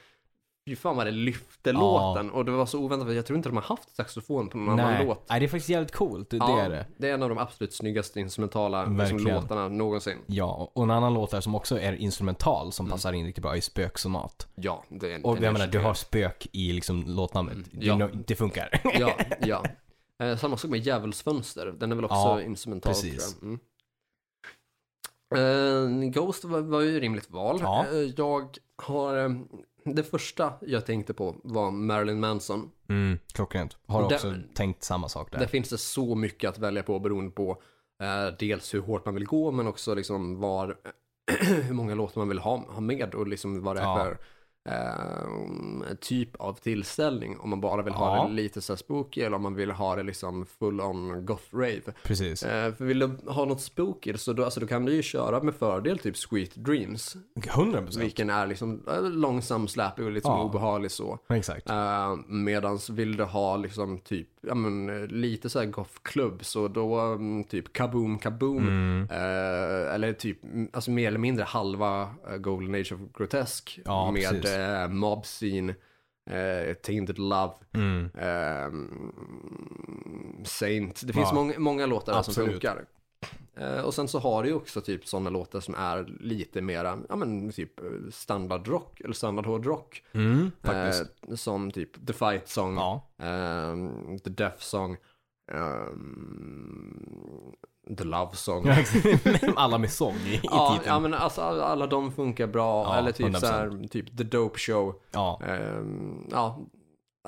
[SPEAKER 1] fy fan vad det lyfte
[SPEAKER 2] Ja.
[SPEAKER 1] låten. Och det var så oväntat, för jag tror inte de har haft saxofon på någon annan
[SPEAKER 2] Nej.
[SPEAKER 1] låt.
[SPEAKER 2] Nej, det är faktiskt jävligt coolt. Det, det är det.
[SPEAKER 1] det är en av de absolut snyggaste instrumentala liksom,
[SPEAKER 2] Verkligen.
[SPEAKER 1] låtarna någonsin.
[SPEAKER 2] Ja, och en annan låt där som också är instrumental som passar in riktigt bra är Spöksonat.
[SPEAKER 1] Ja, det Mm. är en
[SPEAKER 2] Och
[SPEAKER 1] en
[SPEAKER 2] jag menar, du
[SPEAKER 1] ursäkt.
[SPEAKER 2] har spök i liksom låtnamnet. Det,
[SPEAKER 1] Ja.
[SPEAKER 2] no- det funkar.
[SPEAKER 1] Ja, ja. Eh, samma sak med Djävulsfönster. Den är väl också
[SPEAKER 2] Ja,
[SPEAKER 1] instrumental
[SPEAKER 2] precis.
[SPEAKER 1] tror jag. Mm. Eh, Ghost var, var ju ett rimligt val.
[SPEAKER 2] Ja.
[SPEAKER 1] Eh, jag har eh, det första jag tänkte på var Marilyn Manson.
[SPEAKER 2] Mm, klockrent. Har också
[SPEAKER 1] Där-
[SPEAKER 2] tänkt samma sak där.
[SPEAKER 1] Där finns det så mycket att välja på beroende på eh, dels hur hårt man vill gå men också liksom var, hur många låtar man vill ha, ha med och liksom vad det är
[SPEAKER 2] Ja.
[SPEAKER 1] för eh, typ av tillställning. Om man bara vill ha
[SPEAKER 2] Ja.
[SPEAKER 1] det lite så här spooky eller om man vill ha det liksom full on goth rave.
[SPEAKER 2] Precis.
[SPEAKER 1] Eh, för vill du ha något spooky så då, alltså, då kan du ju köra med fördel typ Sweet Dreams.
[SPEAKER 2] 100%.
[SPEAKER 1] Vilken är liksom eh, långsam, släpig och liksom
[SPEAKER 2] Ja.
[SPEAKER 1] obehaglig så.
[SPEAKER 2] Exakt.
[SPEAKER 1] Uh, medans vill du ha liksom typ, ja men eh, lite så här gothklubb så då mm, typ kaboom kaboom.
[SPEAKER 2] Mm.
[SPEAKER 1] Eh, eller typ, mm, alltså mer eller mindre halva eh, Golden Age of Grotesque.
[SPEAKER 2] Ja,
[SPEAKER 1] med
[SPEAKER 2] precis.
[SPEAKER 1] uh, mob scene, eh, tainted love,
[SPEAKER 2] Mm.
[SPEAKER 1] ehm, saint. Det finns
[SPEAKER 2] Ja.
[SPEAKER 1] många, många låtar där som
[SPEAKER 2] Absolut.
[SPEAKER 1] funkar. Eh, och sen så har du ju också typ sådana låtar som är lite mera, ja men typ eh, standardrock eller standardhårdrock.
[SPEAKER 2] Mm, faktiskt.
[SPEAKER 1] Eh, som typ The Fight Song,
[SPEAKER 2] ja.
[SPEAKER 1] ehm, The Death Song, ehm, The Love Song.
[SPEAKER 2] Ja, exakt. Men Alla med sång i, i
[SPEAKER 1] Ja,
[SPEAKER 2] titeln.
[SPEAKER 1] ja men alltså alla, alla de funkar bra.
[SPEAKER 2] Ja,
[SPEAKER 1] Eller typ, så här, typ The Dope Show.
[SPEAKER 2] Ja,
[SPEAKER 1] ehm, ja,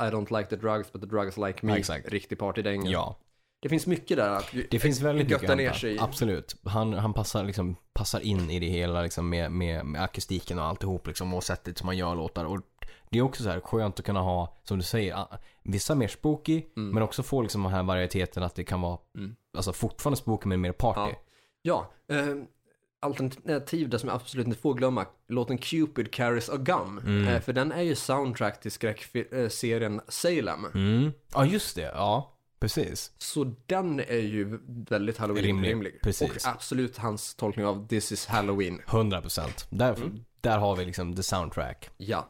[SPEAKER 1] I don't like the drugs but the drugs like me.
[SPEAKER 2] Ja, exakt.
[SPEAKER 1] Riktig partydänga.
[SPEAKER 2] ja.
[SPEAKER 1] Det finns mycket där. Att,
[SPEAKER 2] Det finns väldigt
[SPEAKER 1] Götta
[SPEAKER 2] mycket att
[SPEAKER 1] ner
[SPEAKER 2] hämta.
[SPEAKER 1] sig i.
[SPEAKER 2] Absolut. Han, han passar, liksom, passar in i det hela liksom, med, med, med akustiken och alltihop liksom, och sättet som man gör låtar. Och det är också så här skönt att kunna ha, som du säger, a- vissa mer spooky men också få liksom, den här varieteten att det kan vara alltså, fortfarande spooky men mer party.
[SPEAKER 1] ja, ehm, alternativ där som jag absolut inte får glömma. Låten Cupid Carries a Gun.
[SPEAKER 2] Mm.
[SPEAKER 1] Eh, för den är ju soundtrack till skräckserien Salem.
[SPEAKER 2] Ja, mm. ja just det. Ja, precis.
[SPEAKER 1] Så den är ju väldigt
[SPEAKER 2] Rimlig,
[SPEAKER 1] halloween-rimlig.
[SPEAKER 2] precis.
[SPEAKER 1] Och absolut hans tolkning av This is Halloween.
[SPEAKER 2] 100%. Där, där har vi liksom the soundtrack.
[SPEAKER 1] Ja.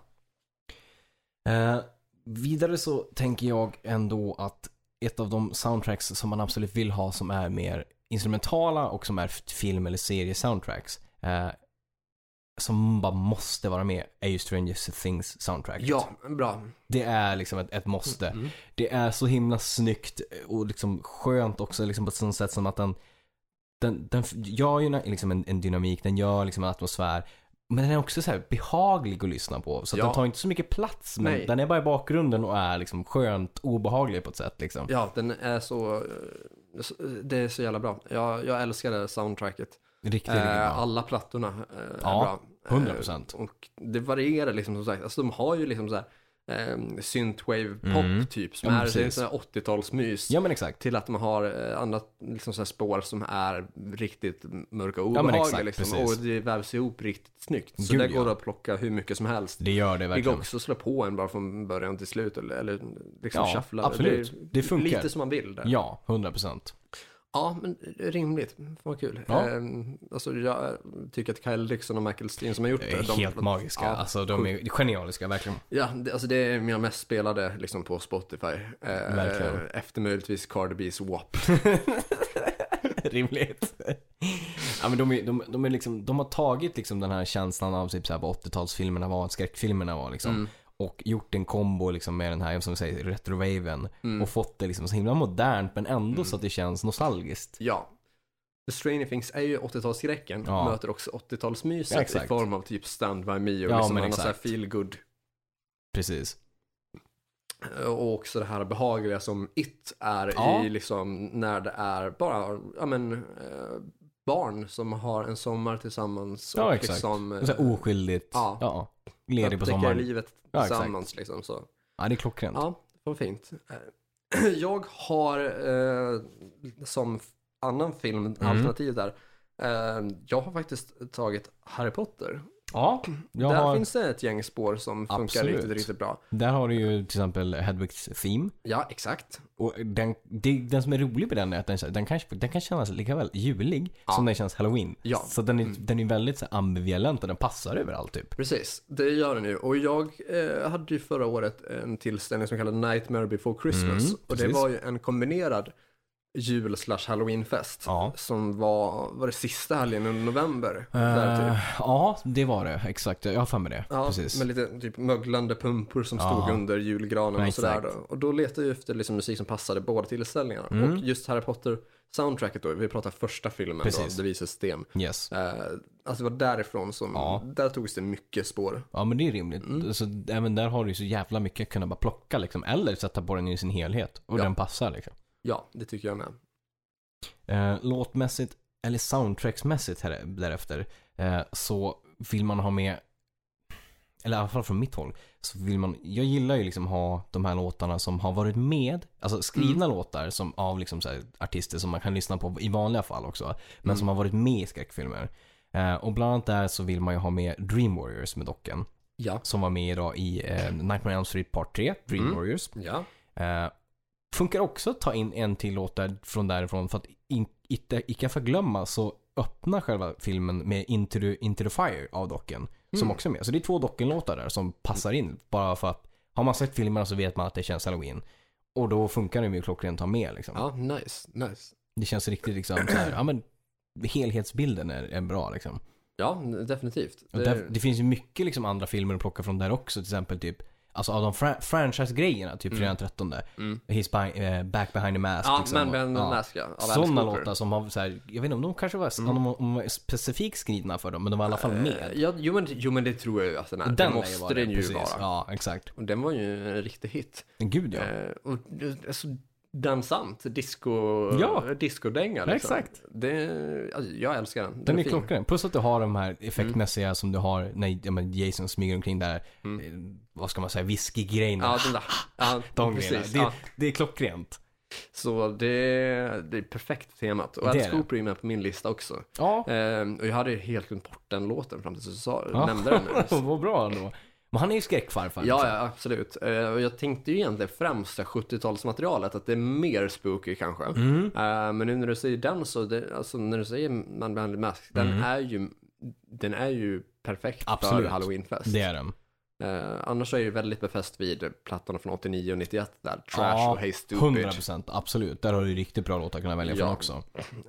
[SPEAKER 2] Eh, vidare så tänker jag ändå att ett av de soundtracks som man absolut vill ha som är mer instrumentala och som är f- film eller seriesoundtracks eh, som bara måste vara med är ju Stranger Things soundtrack.
[SPEAKER 1] Ja, bra.
[SPEAKER 2] Det är liksom ett, ett måste.
[SPEAKER 1] Mm.
[SPEAKER 2] Det är så himla snyggt och liksom skönt också liksom på ett sånt sätt som att den, den, den gör ju liksom en, en dynamik, den gör liksom en atmosfär. Men den är också så här behaglig att lyssna på. Så att
[SPEAKER 1] Ja.
[SPEAKER 2] den tar inte så mycket plats men
[SPEAKER 1] Nej.
[SPEAKER 2] den är bara i bakgrunden och är liksom skönt obehaglig på ett sätt liksom.
[SPEAKER 1] Ja, den är så... eh, så- Det är så jävla bra. Jag, jag älskar det här soundtracket.
[SPEAKER 2] Riktigt, riktigt bra.
[SPEAKER 1] Eh, alla plattorna eh, är
[SPEAKER 2] Ja,
[SPEAKER 1] bra.
[SPEAKER 2] 100%.
[SPEAKER 1] Eh, och det varierar liksom som sagt. Alltså de har ju liksom så här eh, synthwave-pop
[SPEAKER 2] Mm.
[SPEAKER 1] typ. Som
[SPEAKER 2] Ja, men
[SPEAKER 1] är, det är
[SPEAKER 2] precis.
[SPEAKER 1] sån här 80-talsmys.
[SPEAKER 2] Ja men exakt.
[SPEAKER 1] till att man har eh, andra liksom, så här spår som är riktigt mörka och
[SPEAKER 2] Ja, men
[SPEAKER 1] obehagliga.
[SPEAKER 2] exakt,
[SPEAKER 1] liksom.
[SPEAKER 2] precis.
[SPEAKER 1] Och det vävs ihop riktigt snyggt. Så
[SPEAKER 2] Gud,
[SPEAKER 1] där går
[SPEAKER 2] ja.
[SPEAKER 1] det att plocka hur mycket som helst.
[SPEAKER 2] Det gör det
[SPEAKER 1] Det går
[SPEAKER 2] verkligen.
[SPEAKER 1] också att slå på en bara från början till slut eller, eller liksom
[SPEAKER 2] Ja,
[SPEAKER 1] shuffla.
[SPEAKER 2] absolut.
[SPEAKER 1] är
[SPEAKER 2] Det funkar.
[SPEAKER 1] Lite som man vill där. Ja,
[SPEAKER 2] Ja, 100 procent.
[SPEAKER 1] men rimligt. Fan vad kul.
[SPEAKER 2] Ja.
[SPEAKER 1] Eh, alltså, jag tycker att Kyle Dixon och Michael Steen som har gjort det. de-
[SPEAKER 2] Helt magiska.
[SPEAKER 1] Ja,
[SPEAKER 2] alltså de är genialiska verkligen.
[SPEAKER 1] Ja, det, alltså det är mina mest spelade liksom, på Spotify. Eh,
[SPEAKER 2] Verkligen.
[SPEAKER 1] efter möjligtvis Cardi B's WAP.
[SPEAKER 2] Rimligt. ja, men de, är, de, de, är liksom, de har tagit liksom den här känslan av typ så här vad 80-talsfilmerna var, skräckfilmerna var liksom.
[SPEAKER 1] Mm.
[SPEAKER 2] Och gjort en kombo liksom med den här, som vi säger, retrowaven.
[SPEAKER 1] Mm.
[SPEAKER 2] Och fått det liksom så himla modernt men ändå så att det känns nostalgiskt.
[SPEAKER 1] Ja. The Stranger Things är ju 80-talsskräcken,
[SPEAKER 2] Ja.
[SPEAKER 1] möter också 80-talsmyset
[SPEAKER 2] Ja,
[SPEAKER 1] i
[SPEAKER 2] exakt.
[SPEAKER 1] form av typ Stand By Me och
[SPEAKER 2] Ja,
[SPEAKER 1] liksom
[SPEAKER 2] men
[SPEAKER 1] annan så här
[SPEAKER 2] exakt.
[SPEAKER 1] feel good
[SPEAKER 2] Precis.
[SPEAKER 1] Och också det här behagliga som It är
[SPEAKER 2] Ja.
[SPEAKER 1] i liksom när det är bara, ja men, eh, barn som har en sommar tillsammans.
[SPEAKER 2] Ja, exakt.
[SPEAKER 1] liksom, eh,
[SPEAKER 2] Så här oskyldigt.
[SPEAKER 1] Ja.
[SPEAKER 2] Ja. Ledig på
[SPEAKER 1] upptäcker
[SPEAKER 2] sommaren.
[SPEAKER 1] livet
[SPEAKER 2] Ja, exakt.
[SPEAKER 1] tillsammans liksom så.
[SPEAKER 2] Ja, det är klockrent.
[SPEAKER 1] Ja, vad fint. Eh, Jag har eh, som f- annan
[SPEAKER 2] Mm.
[SPEAKER 1] film, alternativ där, eh, jag har faktiskt tagit Harry Potter.
[SPEAKER 2] Ja, jag
[SPEAKER 1] där
[SPEAKER 2] har,
[SPEAKER 1] finns det ett gäng spår som funkar
[SPEAKER 2] Absolut.
[SPEAKER 1] riktigt, riktigt bra.
[SPEAKER 2] där har du ju till exempel Hedwigs Theme.
[SPEAKER 1] Ja, exakt.
[SPEAKER 2] Och den, det, den som är rolig med den är att den, den, kanske, den kan kännas lika väl julig som den känns halloween.
[SPEAKER 1] Ja. Mm.
[SPEAKER 2] Så den är, den är väldigt så här ambivalent och den passar överallt typ.
[SPEAKER 1] Precis, det gör den ju. Och jag eh, hade ju förra året en tillställning som kallades Nightmare Before Christmas. och det
[SPEAKER 2] Mm, precis.
[SPEAKER 1] var ju en kombinerad jul slash halloweenfest.
[SPEAKER 2] Ja.
[SPEAKER 1] Som var, var det sista helgen under november. där
[SPEAKER 2] Eh,
[SPEAKER 1] typ.
[SPEAKER 2] ja, det var det. Exakt. Jag har för mig det.
[SPEAKER 1] Ja,
[SPEAKER 2] Precis.
[SPEAKER 1] med lite typ möglande pumpor som
[SPEAKER 2] Ja.
[SPEAKER 1] stod under julgranen
[SPEAKER 2] Nej,
[SPEAKER 1] och sådär.
[SPEAKER 2] exakt.
[SPEAKER 1] Då. Och då letade jag efter liksom musik som passade båda tillställningarna.
[SPEAKER 2] Mm.
[SPEAKER 1] Och just Harry Potter soundtracket då, vi pratar första filmen
[SPEAKER 2] Precis.
[SPEAKER 1] då, The Vises Sten.
[SPEAKER 2] Yes.
[SPEAKER 1] Eh, alltså det var därifrån som,
[SPEAKER 2] Ja.
[SPEAKER 1] där togs det mycket spår.
[SPEAKER 2] Ja, men det är rimligt.
[SPEAKER 1] Mm.
[SPEAKER 2] Så även där har du ju så jävla mycket att kunna bara plocka liksom. Eller sätta på den i sin helhet och
[SPEAKER 1] Ja.
[SPEAKER 2] den passar liksom.
[SPEAKER 1] Ja, det tycker jag med.
[SPEAKER 2] Eh, låtmässigt, eller soundtracksmässigt här, därefter, eh, så vill man ha med, eller i alla fall från mitt håll, så vill man, jag gillar ju liksom ha de här låtarna som har varit med, alltså skrivna låtar som, av liksom så här artister som man kan lyssna på i vanliga fall också, men som har varit med i skräckfilmer. Eh, och bland annat där så vill man ju ha med Dream Warriors med docken,
[SPEAKER 1] Ja.
[SPEAKER 2] som var med idag i eh, Nightmare on Elm Street Part 3, Dream
[SPEAKER 1] Mm.
[SPEAKER 2] Warriors.
[SPEAKER 1] Ja.
[SPEAKER 2] Eh, funkar också att ta in en till låt där, från därifrån för att in- inte icke förglömma så öppnar själva filmen med Into the, Into the Fire av docken som
[SPEAKER 1] Mm.
[SPEAKER 2] också är med. Så det är två dockenlåtar där som passar in bara för att har man sett filmerna så vet man att det känns halloween. Och då funkar det ju klockrent att ta med liksom.
[SPEAKER 1] Ja, nice, nice.
[SPEAKER 2] Det känns riktigt liksom så här, ja men helhetsbilden är, är bra liksom.
[SPEAKER 1] Ja, definitivt.
[SPEAKER 2] Och
[SPEAKER 1] Det- mm.
[SPEAKER 2] där, det finns ju mycket liksom andra filmer att plocka från där också. Till exempel typ, alltså av de fra- franchise-grejerna, typ Fredagen den 13.
[SPEAKER 1] Mm.
[SPEAKER 2] He's by, eh, back behind the mask.
[SPEAKER 1] Ja,
[SPEAKER 2] liksom.
[SPEAKER 1] men Ben
[SPEAKER 2] Ja.
[SPEAKER 1] Mask, ja. av Alice
[SPEAKER 2] Sådana
[SPEAKER 1] Cooper. Mm.
[SPEAKER 2] låtar som har så här, jag vet inte om de kanske var, om de, om de var specifikt skrivna för dem, men de var i alla fall
[SPEAKER 1] Eh,
[SPEAKER 2] med.
[SPEAKER 1] Ja, jo, men, jo, men det tror jag ju att den är. det
[SPEAKER 2] lär
[SPEAKER 1] måste
[SPEAKER 2] vara
[SPEAKER 1] den ju
[SPEAKER 2] precis.
[SPEAKER 1] vara.
[SPEAKER 2] Ja, exakt.
[SPEAKER 1] Och den var ju en riktig hit.
[SPEAKER 2] Men Gud ja.
[SPEAKER 1] Eh, och det- alltså, dansant, disco,
[SPEAKER 2] Ja.
[SPEAKER 1] discodänga. Liksom.
[SPEAKER 2] exakt.
[SPEAKER 1] Det, alltså, jag älskar den. Den,
[SPEAKER 2] Den är
[SPEAKER 1] fin.
[SPEAKER 2] klockren. Plus att du har de här
[SPEAKER 1] Mm.
[SPEAKER 2] effektmässiga som du har när ja, men Jason smyger omkring där. eh, Vad ska man säga? Whiskygrejerna.
[SPEAKER 1] Ja, den där. Ja,
[SPEAKER 2] de grejerna.
[SPEAKER 1] precis.
[SPEAKER 2] Det,
[SPEAKER 1] Ja.
[SPEAKER 2] det är klockrent.
[SPEAKER 1] Så det, det är perfekt för temat. Och
[SPEAKER 2] Det är
[SPEAKER 1] Alice
[SPEAKER 2] det.
[SPEAKER 1] Cooper är med på min lista också.
[SPEAKER 2] Ja,
[SPEAKER 1] Eh, och jag hade ju helt glömt bort den låten fram tills du sa,
[SPEAKER 2] Ja.
[SPEAKER 1] nämnde den nu. Så-
[SPEAKER 2] vad bra ändå. Men han är ju skräckfarfar.
[SPEAKER 1] Ja,
[SPEAKER 2] liksom.
[SPEAKER 1] ja, absolut. Eh, och jag tänkte ju egentligen främst det 70-talsmaterialet, att det är mer spooky kanske.
[SPEAKER 2] Mm.
[SPEAKER 1] Eh, men nu när du säger den så, det, alltså när du säger Man Behind the Mask, den, är ju, den är ju perfekt
[SPEAKER 2] Mm. Absolut.
[SPEAKER 1] för halloweenfest.
[SPEAKER 2] Det är den.
[SPEAKER 1] Eh, annars är jag ju väldigt befäst vid plattorna från 89 och 91 där, Trash
[SPEAKER 2] Ja,
[SPEAKER 1] och Hey Stupid.
[SPEAKER 2] 100% absolut. Där har du riktigt bra låtar att kunna välja från
[SPEAKER 1] Ja.
[SPEAKER 2] också.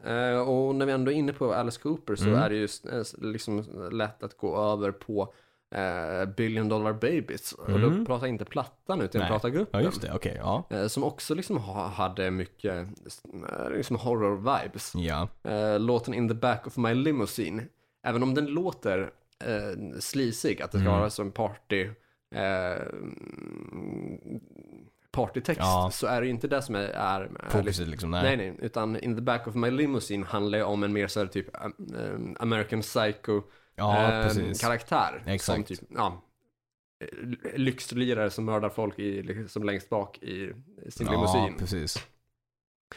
[SPEAKER 1] Eh, och när vi ändå är inne på Alice Cooper så
[SPEAKER 2] Mm.
[SPEAKER 1] är det ju eh, liksom lätt att gå över på eh, Billion Dollar Babies. Och då pratar jag inte plattan utan jag
[SPEAKER 2] Mm. Nej.
[SPEAKER 1] pratar gruppen.
[SPEAKER 2] Ja, just det. Okej, ja.
[SPEAKER 1] Eh, Som också liksom ha, hade mycket eh, liksom horror-vibes.
[SPEAKER 2] Ja.
[SPEAKER 1] Eh, Låten In the back of my limousine. Även om den låter eh, slisig, att det
[SPEAKER 2] Mm.
[SPEAKER 1] ska vara som party, eh, partytext,
[SPEAKER 2] Ja.
[SPEAKER 1] så är det ju inte det som är... är är liksom-
[SPEAKER 2] Fokuset liksom. Nej.
[SPEAKER 1] Nej, nej, utan In the back of my limousine handlar ju om en mer så här typ eh, American Psycho
[SPEAKER 2] Ja,
[SPEAKER 1] eh,
[SPEAKER 2] precis.
[SPEAKER 1] karaktär. Som
[SPEAKER 2] Exakt.
[SPEAKER 1] typ, ja, eh, lyxlirare som mördar folk i, liksom längst bak i sin
[SPEAKER 2] Ja,
[SPEAKER 1] limousin.
[SPEAKER 2] precis.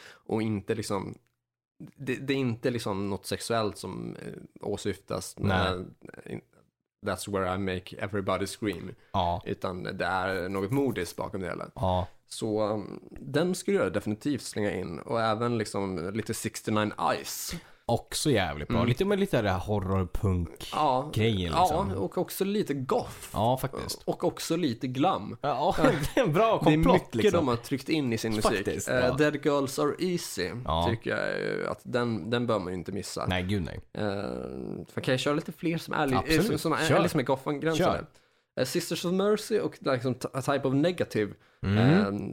[SPEAKER 1] Och inte liksom, det, det är inte liksom något sexuellt som eh, åsyftas.
[SPEAKER 2] Nej.
[SPEAKER 1] eh, in- That's where I make everybody scream.
[SPEAKER 2] Ja.
[SPEAKER 1] Utan det är något modiskt bakom det hela.
[SPEAKER 2] Ja.
[SPEAKER 1] Så um, den skulle jag definitivt slänga in. Och även liksom lite 69 Ice.
[SPEAKER 2] Också jävligt bra. Lite med lite av det här horrorpunk. Ja,
[SPEAKER 1] Mm. Ja,
[SPEAKER 2] Grejen,
[SPEAKER 1] ja,
[SPEAKER 2] liksom.
[SPEAKER 1] och också lite goth.
[SPEAKER 2] faktiskt.
[SPEAKER 1] Och också lite glam.
[SPEAKER 2] Ja, det är en bra
[SPEAKER 1] Det är mycket
[SPEAKER 2] komplott liksom.
[SPEAKER 1] de har tryckt in i sin musik.
[SPEAKER 2] Faktiskt,
[SPEAKER 1] Eh,
[SPEAKER 2] ja.
[SPEAKER 1] Dead Girls Are Easy
[SPEAKER 2] Ja.
[SPEAKER 1] tycker jag eh, att den, den bör man ju inte missa.
[SPEAKER 2] Nej, gud nej.
[SPEAKER 1] Eh, för kan jag köra lite fler som är, li- eh,
[SPEAKER 2] Absolut.
[SPEAKER 1] som, som
[SPEAKER 2] Kör.
[SPEAKER 1] är, liksom är Goffan-gränsade?
[SPEAKER 2] Kör.
[SPEAKER 1] Eh, Sisters of Mercy och liksom, t- A Type of Negative
[SPEAKER 2] Mm.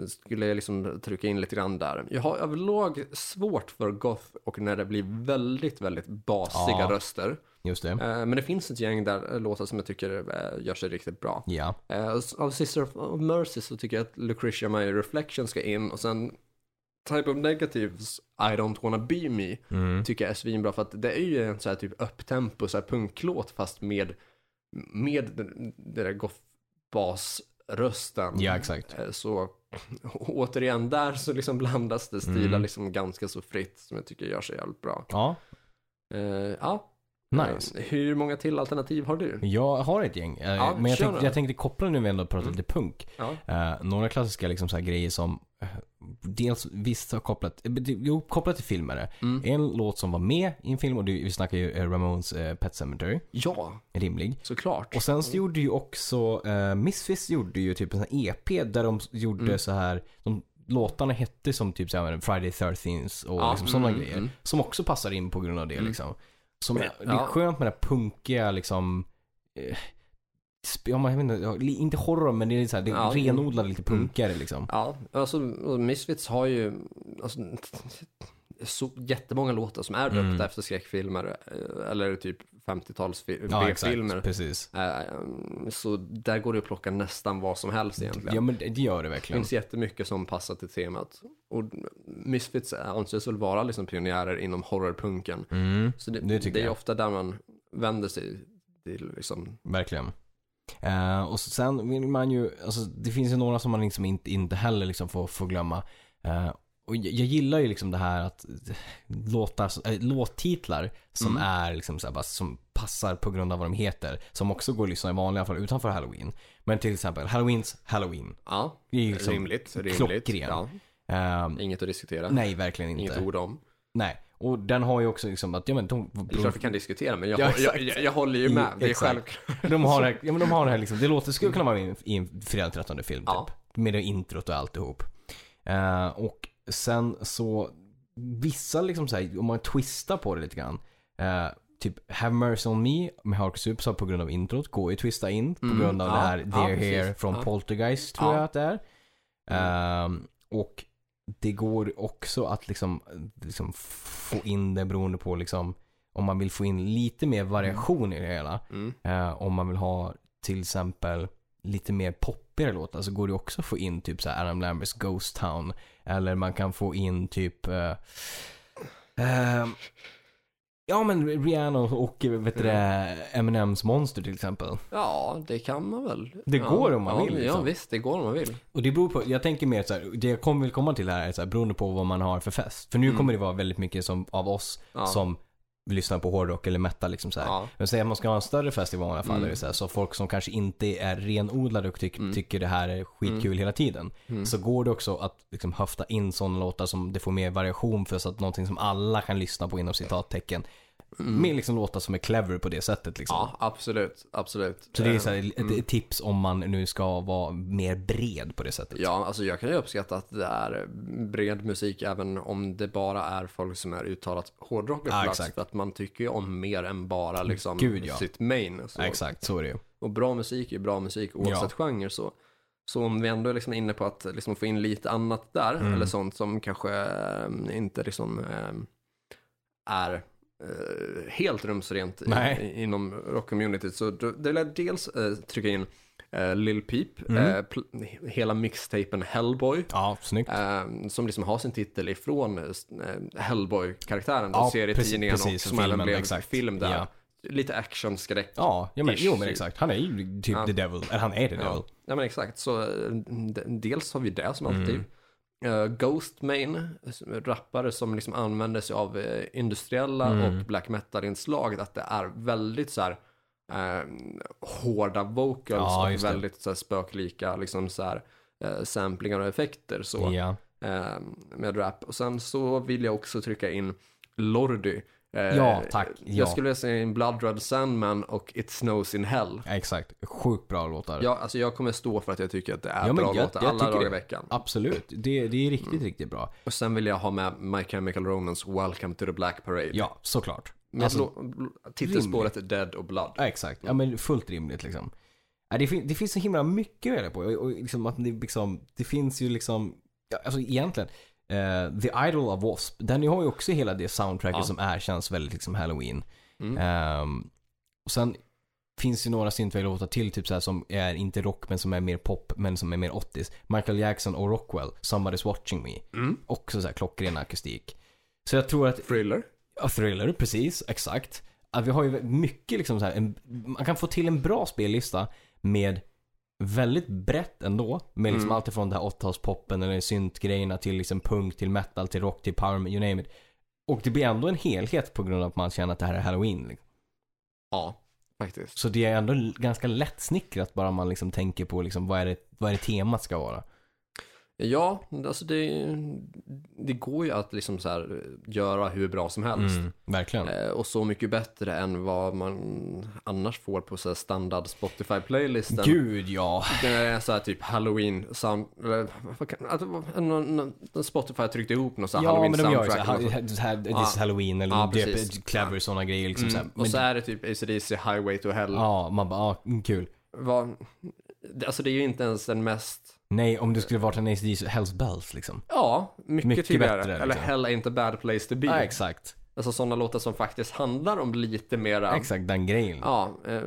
[SPEAKER 1] eh, skulle jag liksom trycka in lite grann där. Jag har överlag svårt för goth och när det blir väldigt, väldigt basiga
[SPEAKER 2] Ja.
[SPEAKER 1] röster.
[SPEAKER 2] Just det.
[SPEAKER 1] Eh, men det finns ett gäng där eh, låtar som jag tycker eh, gör sig riktigt bra.
[SPEAKER 2] Ja.
[SPEAKER 1] Eh, och s- av Sister of- of Mercy så tycker jag att Lucretia My Reflection ska in och sen Type of Negatives I Don't Wanna Be Me
[SPEAKER 2] Mm.
[SPEAKER 1] tycker jag är svinbra för att det är ju en så här typ upptempo, så här punklåt fast med, med den, den där goth-basrösten.
[SPEAKER 2] Ja, exakt.
[SPEAKER 1] Eh, Så återigen där så liksom blandas det stilar
[SPEAKER 2] Mm.
[SPEAKER 1] liksom ganska så fritt som jag tycker gör sig jävligt bra.
[SPEAKER 2] Ja.
[SPEAKER 1] Eh, ja.
[SPEAKER 2] Nice.
[SPEAKER 1] Eh, Hur många till alternativ har du?
[SPEAKER 2] Jag har ett gäng. eh,
[SPEAKER 1] Ja,
[SPEAKER 2] men jag
[SPEAKER 1] kör
[SPEAKER 2] tänkte,
[SPEAKER 1] då. Mm.
[SPEAKER 2] jag tänkte koppla nu när vi ändå pratar lite punk.
[SPEAKER 1] Ja.
[SPEAKER 2] Eh, några klassiska liksom, så här grejer som eh, dels visst har kopplat, eh, det- jo, kopplat till film är det.
[SPEAKER 1] Mm.
[SPEAKER 2] En låt som var med i en film och det, vi snackar ju eh, Ramones eh, Pet Cemetery,
[SPEAKER 1] Ja,
[SPEAKER 2] rimlig.
[SPEAKER 1] såklart.
[SPEAKER 2] Och sen så E
[SPEAKER 1] Mm.
[SPEAKER 2] gjorde ju också, eh, Misfits gjorde ju typ en sån här EP där de s- gjorde så här, de låtarna hette som typ så här, Friday 13s och
[SPEAKER 1] Ja,
[SPEAKER 2] liksom, sådana
[SPEAKER 1] mm,
[SPEAKER 2] grejer.
[SPEAKER 1] mm.
[SPEAKER 2] Som också passar in på grund av det
[SPEAKER 1] Mm.
[SPEAKER 2] liksom. Som, är- det är
[SPEAKER 1] Ja.
[SPEAKER 2] skönt med det här punkiga liksom, eh, sp- ja, man, jag vet inte, ja, li- inte horror men det är så här, det
[SPEAKER 1] Ja. Mm.
[SPEAKER 2] renodlade lite punkigare liksom.
[SPEAKER 1] Ja, alltså och Misfits har ju alltså, så jättemånga låtar som är
[SPEAKER 2] Mm.
[SPEAKER 1] döpta efter skräckfilmer eh, eller typ 50-tals fi-
[SPEAKER 2] Ja,
[SPEAKER 1] B-filmer.
[SPEAKER 2] exakt. Precis.
[SPEAKER 1] Eh, Så där går det att plocka nästan vad som helst egentligen.
[SPEAKER 2] Ja, men det det gör det
[SPEAKER 1] Det
[SPEAKER 2] verkligen.
[SPEAKER 1] finns jättemycket som passar till temat. Och Misfits anses väl vara liksom pionjärer inom horrorpunken.
[SPEAKER 2] Mm.
[SPEAKER 1] Så det,
[SPEAKER 2] Det
[SPEAKER 1] det,
[SPEAKER 2] tycker
[SPEAKER 1] är
[SPEAKER 2] jag.
[SPEAKER 1] ofta där man vänder sig till liksom,
[SPEAKER 2] Verkligen. Eh, och så- sen vill man ju, alltså, det finns ju några som man liksom inte, inte heller liksom får, får glömma. Eh, och jag, jag gillar ju liksom det här att eh, låtar, som- eh, låttitlar som
[SPEAKER 1] Mm.
[SPEAKER 2] är liksom så här, bara, som passar på grund av vad de heter. Som också går att lyssna i vanliga fall utanför halloween. Men till exempel Halloweens Halloween.
[SPEAKER 1] ja,
[SPEAKER 2] Det är ju liksom,
[SPEAKER 1] rimligt. rimligt.
[SPEAKER 2] klockren.
[SPEAKER 1] Ja,
[SPEAKER 2] eh,
[SPEAKER 1] inget att diskutera,
[SPEAKER 2] nej, verkligen inte.
[SPEAKER 1] inget ord om.
[SPEAKER 2] Nej. Och den har ju också liksom att, ja men de,
[SPEAKER 1] Det är klart vi kan diskutera, men jag,
[SPEAKER 2] Mm. Ja,
[SPEAKER 1] jag, jag, jag håller ju med. Det är
[SPEAKER 2] Exakt.
[SPEAKER 1] självklart.
[SPEAKER 2] De har det här, ja, men de har det här liksom, det låter, skulle kunna vara i en, i en fredag den 13 film
[SPEAKER 1] Ja.
[SPEAKER 2] typ. Med det introt och alltihop. Eh, och sen så, vissa liksom så här, om man twistar på det lite grann. eh, typ Have Mercy On Me med Hark Superstar på grund av introt går ju att twista in på
[SPEAKER 1] Mm,
[SPEAKER 2] grund av
[SPEAKER 1] ja,
[SPEAKER 2] det här
[SPEAKER 1] ja,
[SPEAKER 2] They're
[SPEAKER 1] precis.
[SPEAKER 2] Here från
[SPEAKER 1] Ja.
[SPEAKER 2] Poltergeist tror
[SPEAKER 1] Ja. Mm.
[SPEAKER 2] jag att det är. Eh, och det går också att liksom, liksom få in det beroende på liksom om man vill få in lite mer variation i det hela.
[SPEAKER 1] Mm.
[SPEAKER 2] Eh, om man vill ha till exempel lite mer poppigare låtar så går det också att få in typ så här Adam Lamberts Ghost Town. Eller man kan få in typ... Eh, ehm, ja men Rihanna och eh, vet du det, Eminems Monster till exempel.
[SPEAKER 1] Ja, det kan man väl.
[SPEAKER 2] Det
[SPEAKER 1] ja.
[SPEAKER 2] går om man
[SPEAKER 1] ja,
[SPEAKER 2] vill,
[SPEAKER 1] Ja,
[SPEAKER 2] liksom.
[SPEAKER 1] visst, det går om man vill.
[SPEAKER 2] Och det beror på, jag tänker mer så här, det jag kommer vill komma till här är så här, beroende på vad man har för fest. För nu
[SPEAKER 1] Mm.
[SPEAKER 2] kommer det vara väldigt mycket som, av oss
[SPEAKER 1] Ja.
[SPEAKER 2] som lyssnar på hårdrock eller metal liksom så här.
[SPEAKER 1] Ja.
[SPEAKER 2] Men säg att man ska ha en större festival i alla fall.
[SPEAKER 1] Mm.
[SPEAKER 2] Där det är så, här, så folk som kanske inte är renodlade och tyck,
[SPEAKER 1] Mm.
[SPEAKER 2] tycker det här är skitkul hela tiden.
[SPEAKER 1] Mm.
[SPEAKER 2] Så går det också att liksom, höfta in sådana låtar som det får mer variation för. Så att någonting som alla kan lyssna på inom citattecken. Med liksom låtar som är clever på det sättet liksom.
[SPEAKER 1] Mm. Ja, absolut, absolut.
[SPEAKER 2] Så det är
[SPEAKER 1] Eh,
[SPEAKER 2] så här, ett ett tips om man nu ska vara mer bred på det sättet.
[SPEAKER 1] Ja, alltså jag kan ju uppskatta att det är bred musik även om det bara är folk som är uttalat hårdrockare
[SPEAKER 2] Ja,
[SPEAKER 1] på plats.
[SPEAKER 2] exakt. Mm.
[SPEAKER 1] För att man tycker ju om mer än bara liksom
[SPEAKER 2] Gud, ja.
[SPEAKER 1] sitt main. Så.
[SPEAKER 2] Exakt, så är det ju.
[SPEAKER 1] Och bra musik är bra musik oavsett genre. Så. så om vi ändå är liksom inne på att liksom få in lite annat där,
[SPEAKER 2] Mm.
[SPEAKER 1] eller sånt som kanske eh, inte liksom eh, är eh, helt rumsrent i,
[SPEAKER 2] Nej.
[SPEAKER 1] i, inom rockcommunityt. Så då- det lär dels eh, trycka in eh, Lil Peep,
[SPEAKER 2] Mm.
[SPEAKER 1] eh, pl- hela mixtapen Hellboy.
[SPEAKER 2] Ja, snyggt.
[SPEAKER 1] eh, som liksom har sin titel ifrån eh, Hellboy-karaktären,
[SPEAKER 2] Ja,
[SPEAKER 1] ja, serietidningen
[SPEAKER 2] precis, precis,
[SPEAKER 1] och som även
[SPEAKER 2] filmen,
[SPEAKER 1] blev
[SPEAKER 2] exakt.
[SPEAKER 1] film där.
[SPEAKER 2] Ja.
[SPEAKER 1] Lite action, skräck,
[SPEAKER 2] Ja, ja men,
[SPEAKER 1] ish.
[SPEAKER 2] jo men exakt. Han är ju typ
[SPEAKER 1] Ja.
[SPEAKER 2] the devil. Eller han är the devil.
[SPEAKER 1] Ja. ja, men exakt. Så eh, d- dels har vi det som
[SPEAKER 2] Mm.
[SPEAKER 1] alternativ. Eh, Ghost Main, rappare som liksom använder sig av eh, industriella
[SPEAKER 2] Mm.
[SPEAKER 1] och black metal-inslag, att det är väldigt så här eh, hårda vocals
[SPEAKER 2] Ja,
[SPEAKER 1] och
[SPEAKER 2] just det.
[SPEAKER 1] väldigt så här, spöklika liksom så här eh, samplingar och effekter så
[SPEAKER 2] ja.
[SPEAKER 1] eh, med rap. Och sen så vill jag också trycka in Lordi. Eh,
[SPEAKER 2] Ja, tack. Ja.
[SPEAKER 1] Jag skulle vilja säga in Blood Red Sandman och It Snows in Hell.
[SPEAKER 2] Ja, Exakt. Sjukt bra låtar.
[SPEAKER 1] Ja, alltså jag kommer stå för att jag tycker att det är
[SPEAKER 2] Ja, men
[SPEAKER 1] bra
[SPEAKER 2] jag-
[SPEAKER 1] låtar
[SPEAKER 2] jag
[SPEAKER 1] alla
[SPEAKER 2] tycker
[SPEAKER 1] dagar i
[SPEAKER 2] det.
[SPEAKER 1] veckan. Mm.
[SPEAKER 2] Absolut. Det, det är riktigt, riktigt bra.
[SPEAKER 1] Och sen vill jag ha med My Chemical Romance Welcome to the Black Parade.
[SPEAKER 2] Ja, såklart.
[SPEAKER 1] Med
[SPEAKER 2] Alltså,
[SPEAKER 1] lo- titelspåret Dead och Blood.
[SPEAKER 2] ja, exakt. Ja, men fullt rimligt liksom. Ja, det, fin- det finns så himla mycket att välja på. Och, och liksom att det, liksom, det finns ju liksom, ja, alltså egentligen. eh, The Idol of Wasp, den har ju också hela det soundtracket
[SPEAKER 1] Ja.
[SPEAKER 2] som erkänns väldigt liksom halloween.
[SPEAKER 1] Mm.
[SPEAKER 2] Ehm, och sen finns ju några synthwave-låtar till typ så här, som är inte rock men som är mer pop men som är mer 80s. Michael Jackson och Rockwell, Somebody's Watching Me.
[SPEAKER 1] Mm.
[SPEAKER 2] Också så här klockren akustik. Så jag tror att
[SPEAKER 1] Thriller.
[SPEAKER 2] Ja, thriller, precis. Exakt. Att vi har ju mycket liksom så här, en, man kan få till en bra spellista med väldigt brett ändå. Med liksom
[SPEAKER 1] Mm.
[SPEAKER 2] allt ifrån det här 80-talspoppen eller syntgrejerna till liksom punk, till metal, till rock, till power, you name it. Och det blir ändå en helhet på grund av att man känner att det här är halloween. liksom.
[SPEAKER 1] Ja, faktiskt.
[SPEAKER 2] Så det är ändå l- ganska lättsnickrat bara man liksom tänker på liksom vad är det, vad är det temat ska vara.
[SPEAKER 1] Ja, alltså det, det går ju att liksom så här göra hur bra som helst.
[SPEAKER 2] Mm, verkligen.
[SPEAKER 1] Eh, Och så mycket bättre än vad man annars får på så här standard Spotify-playlisten.
[SPEAKER 2] Gud ja.
[SPEAKER 1] När det är så här typ halloween sound... eller vad kan- att- vad- någon- någon- Spotify tryckte ihop någon så här
[SPEAKER 2] Ja,
[SPEAKER 1] halloween
[SPEAKER 2] men de gör ju
[SPEAKER 1] soundtrack. och så.
[SPEAKER 2] såhär, this
[SPEAKER 1] Ja.
[SPEAKER 2] is halloween eller
[SPEAKER 1] Ja,
[SPEAKER 2] ja,
[SPEAKER 1] precis.
[SPEAKER 2] clever sådana grejer liksom såhär.
[SPEAKER 1] Mm. Och
[SPEAKER 2] Men-
[SPEAKER 1] så är det typ ACDC Highway to Hell.
[SPEAKER 2] Ja, man bara, ah, mm, kul.
[SPEAKER 1] Vad, det- alltså det är ju inte ens den mest...
[SPEAKER 2] Nej, om det skulle varit en ACDC Hells Bells liksom.
[SPEAKER 1] Ja, mycket,
[SPEAKER 2] Mycket
[SPEAKER 1] tydligare.
[SPEAKER 2] bättre,
[SPEAKER 1] Eller
[SPEAKER 2] liksom.
[SPEAKER 1] Hell ain't a bad place to be.
[SPEAKER 2] Ja, exakt.
[SPEAKER 1] Alltså sådana låtar som faktiskt handlar om lite mera...
[SPEAKER 2] Exakt den grejen.
[SPEAKER 1] Ja, eh,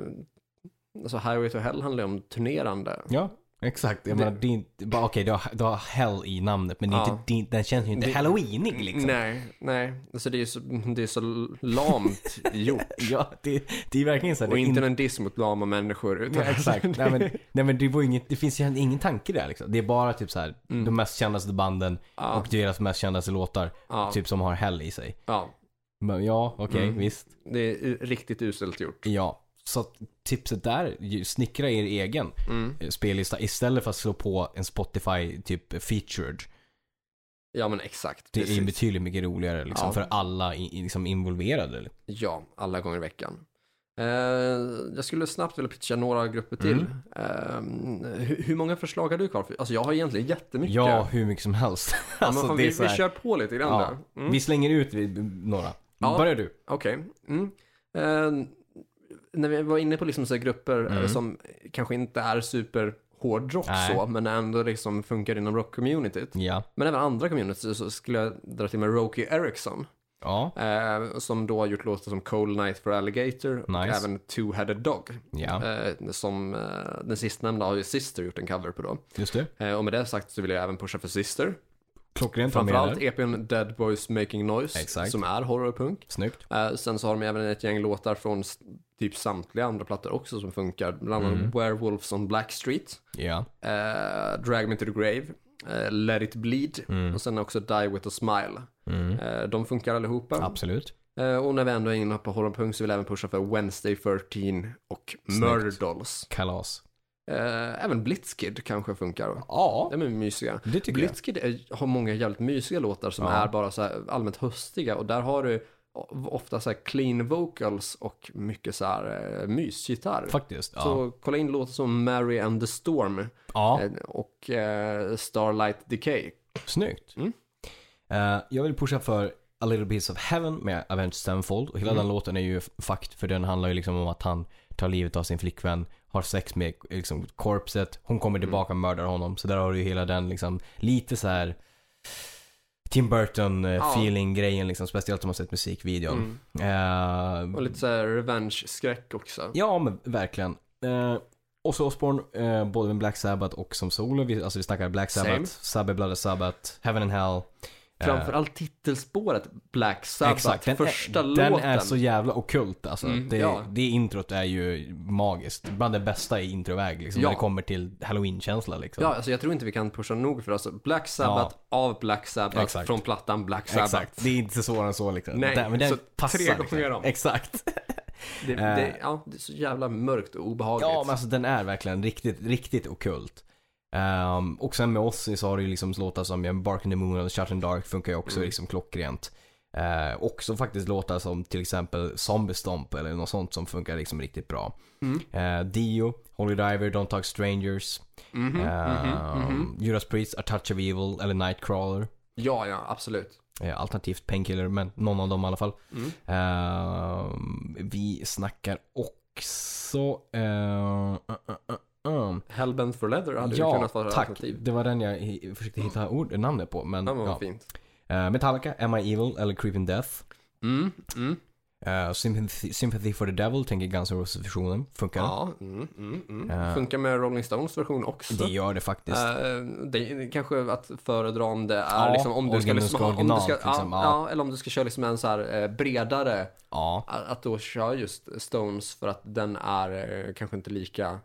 [SPEAKER 1] alltså Highway to Hell handlar ju om turnerande.
[SPEAKER 2] Ja, exakt. Jag menar, det är inte, bara okej, du, har- du har hell i namnet men det är
[SPEAKER 1] Ja.
[SPEAKER 2] inte, det, är inte- den känns ju inte
[SPEAKER 1] Det-
[SPEAKER 2] halloweenig liksom.
[SPEAKER 1] Nej, nej. Alltså det är så, det är så lamt gjort.
[SPEAKER 2] Ja, det, det är verkligen så här,
[SPEAKER 1] Och
[SPEAKER 2] det är
[SPEAKER 1] inte en diss mot lama människor. Utan
[SPEAKER 2] Ja, exakt. nej, men, nej men det var ju inget, det finns ju ingen tanke där liksom. Det är bara typ så här, de mest kändaste banden
[SPEAKER 1] Mm. Ja.
[SPEAKER 2] och deras mest kändaste låtar,
[SPEAKER 1] Ja. Mm.
[SPEAKER 2] typ som har hell i sig.
[SPEAKER 1] ja,
[SPEAKER 2] Men ja, okej, visst.
[SPEAKER 1] det är riktigt uselt gjort.
[SPEAKER 2] Ja, så att tipset där, ju- snickra er egen
[SPEAKER 1] Mm.
[SPEAKER 2] eh, spellista istället för att slå på en Spotify typ featured.
[SPEAKER 1] Ja, men exakt.
[SPEAKER 2] Det är
[SPEAKER 1] precis.
[SPEAKER 2] betydligt mycket roligare liksom,
[SPEAKER 1] Ja.
[SPEAKER 2] för alla i, i- liksom, involverade.
[SPEAKER 1] Ja, alla gånger i veckan. Eh, jag skulle snabbt vilja pitcha några grupper till.
[SPEAKER 2] Mm.
[SPEAKER 1] Eh, hur, hur många förslag har du Carl? För- Alltså jag har egentligen jättemycket.
[SPEAKER 2] Ja, hur mycket som helst.
[SPEAKER 1] Ja,
[SPEAKER 2] alltså,
[SPEAKER 1] men fan,
[SPEAKER 2] det är
[SPEAKER 1] vi,
[SPEAKER 2] så
[SPEAKER 1] vi
[SPEAKER 2] här,
[SPEAKER 1] kör på lite grann
[SPEAKER 2] ja,
[SPEAKER 1] där.
[SPEAKER 2] vi slänger ut vi- några.
[SPEAKER 1] Ja.
[SPEAKER 2] Börjar du?
[SPEAKER 1] Okej. Mm. Eh, när vi var inne på liksom så här grupper eh, som kanske inte är super hårdrock
[SPEAKER 2] Mm. Nej.
[SPEAKER 1] så, men ändå liksom funkar inom rock-communityt.
[SPEAKER 2] Ja.
[SPEAKER 1] Men även andra communities så skulle jag dra till med Roki Eriksson.
[SPEAKER 2] Ja.
[SPEAKER 1] Eh, som då har gjort låtar som Cold Night for Alligator och
[SPEAKER 2] Nice.
[SPEAKER 1] även Two-Headed Dog.
[SPEAKER 2] Ja.
[SPEAKER 1] Eh, som eh, den sistnämnda har ju Sister gjort en cover på då.
[SPEAKER 2] Just det.
[SPEAKER 1] Eh, och med det sagt så vill jag även pusha för Sister.
[SPEAKER 2] Klockrent vad menar
[SPEAKER 1] Framförallt
[SPEAKER 2] du?
[SPEAKER 1] EPn Dead Boys Making Noise
[SPEAKER 2] Exakt.
[SPEAKER 1] som är horrorpunk.
[SPEAKER 2] Snyggt.
[SPEAKER 1] Eh, sen så har de även ett gäng låtar från s- typ samtliga andra plattor också som funkar. Bland annat Werewolves on Black Street,
[SPEAKER 2] Ja.
[SPEAKER 1] eh, Drag Me To The Grave, eh, Let It Bleed och sen också Die With A Smile. Eh, de funkar allihopa.
[SPEAKER 2] Mm. Absolut.
[SPEAKER 1] Eh, och när vi ändå är inne på horrorpunk så vill jag även pusha för Wednesday 13 och Murdolls.
[SPEAKER 2] Kalas.
[SPEAKER 1] Eh, även Blitzkid kanske funkar.
[SPEAKER 2] Ja.
[SPEAKER 1] De är mysiga.
[SPEAKER 2] Det tycker jag.
[SPEAKER 1] Blitzkid är, har många jävligt mysiga låtar som
[SPEAKER 2] Ja.
[SPEAKER 1] är bara så här allmänt höstiga och där har du o- ofta så här clean vocals och mycket så här eh, mysgitarr.
[SPEAKER 2] Faktiskt. Ja.
[SPEAKER 1] Så kolla in låtar som Mary and the Storm
[SPEAKER 2] ja.
[SPEAKER 1] eh, och eh, Starlight Decay.
[SPEAKER 2] Snyggt.
[SPEAKER 1] Mm.
[SPEAKER 2] Eh, jag vill pusha för A Little Piece of Heaven med Avenged Sevenfold. Och
[SPEAKER 1] Mm.
[SPEAKER 2] hela den låten är ju f- fakt för den handlar ju liksom om att han tar livet av sin flickvän, har sex med liksom, korpset, hon kommer
[SPEAKER 1] Mm.
[SPEAKER 2] tillbaka och mördar honom. Så där har du ju hela den liksom lite så här Tim Burton eh,
[SPEAKER 1] Ja. Mm.
[SPEAKER 2] feeling grejen liksom. Speciellt om man sett musikvideon. Eh,
[SPEAKER 1] Och lite så här revenge-skräck också.
[SPEAKER 2] Ja, men verkligen. Eh, och så Osborn, eh, både med Black Sabbath och som solo. Vi, alltså vi snackar Black
[SPEAKER 1] Same.
[SPEAKER 2] Sabbath, Sabbath, Bloody Sabbath, Heaven and Hell. Eh,
[SPEAKER 1] Framförallt titelspåret Black Sabbath,
[SPEAKER 2] exakt, den,
[SPEAKER 1] Alltså, första
[SPEAKER 2] är,
[SPEAKER 1] låten.
[SPEAKER 2] den är så jävla ockult alltså.
[SPEAKER 1] Mm,
[SPEAKER 2] det,
[SPEAKER 1] ja.
[SPEAKER 2] det introt är ju magiskt. Bland det bästa i introväg liksom.
[SPEAKER 1] Ja.
[SPEAKER 2] När det kommer till halloween-känsla liksom.
[SPEAKER 1] Ja, alltså jag tror inte vi kan pusha nog för alltså Black Sabbath av Black Sabbath
[SPEAKER 2] Exakt.
[SPEAKER 1] från plattan Black Sabbath.
[SPEAKER 2] Exakt. Det är inte svårare än så liksom.
[SPEAKER 1] Nej,
[SPEAKER 2] Den- men den
[SPEAKER 1] så
[SPEAKER 2] passar,
[SPEAKER 1] tre gånger
[SPEAKER 2] liksom.
[SPEAKER 1] om.
[SPEAKER 2] Exakt.
[SPEAKER 1] Det, det, ja, det är så jävla mörkt och obehagligt.
[SPEAKER 2] Ja, men alltså den är verkligen riktigt, riktigt ockult. Ehm, och sen med oss så har det ju liksom låtar som ja, Bark in the Moon och Shut in Dark funkar ju också liksom klockrent. Eh, också faktiskt låtar som till exempel Zombie Stomp eller något sånt som funkar liksom riktigt bra. Eh, Dio, Holy Diver, Don't Talk Strangers, ehm, Judas Priest, A Touch of Evil eller Nightcrawler.
[SPEAKER 1] ja, ja, absolut.
[SPEAKER 2] Eh, Alternativt Painkiller, men någon av dem i alla fall.
[SPEAKER 1] Mm.
[SPEAKER 2] Ehm, vi snackar också... eh, eh, eh, eh.
[SPEAKER 1] Hellbent for Leather hade ju
[SPEAKER 2] Ja,
[SPEAKER 1] kunnat vara ett
[SPEAKER 2] tack.
[SPEAKER 1] alternativ.
[SPEAKER 2] Det var den jag hi- försökte hitta ord, namnet på. Men,
[SPEAKER 1] Mm, Ja, men vad
[SPEAKER 2] ja.
[SPEAKER 1] fint.
[SPEAKER 2] Eh, Metallica, Am I Evil eller Creeping Death.
[SPEAKER 1] Mm, mm.
[SPEAKER 2] Eh, Sympathy, Sympathy for the Devil tänker Guns N' Roses-versionen. Funkar.
[SPEAKER 1] Ja, mm, mm, mm.
[SPEAKER 2] Eh.
[SPEAKER 1] Funkar med Rolling Stones version också.
[SPEAKER 2] Det gör det faktiskt.
[SPEAKER 1] Eh, det är kanske att föredra om det är
[SPEAKER 2] Ja,
[SPEAKER 1] liksom om du ska,
[SPEAKER 2] original
[SPEAKER 1] liksom,
[SPEAKER 2] ska
[SPEAKER 1] ha- om du
[SPEAKER 2] original,
[SPEAKER 1] ska ja,
[SPEAKER 2] liksom, ja.
[SPEAKER 1] ja, eller om du ska köra liksom en så här eh, bredare
[SPEAKER 2] ja.
[SPEAKER 1] att att då köra just Stones för att den är eh, kanske inte lika,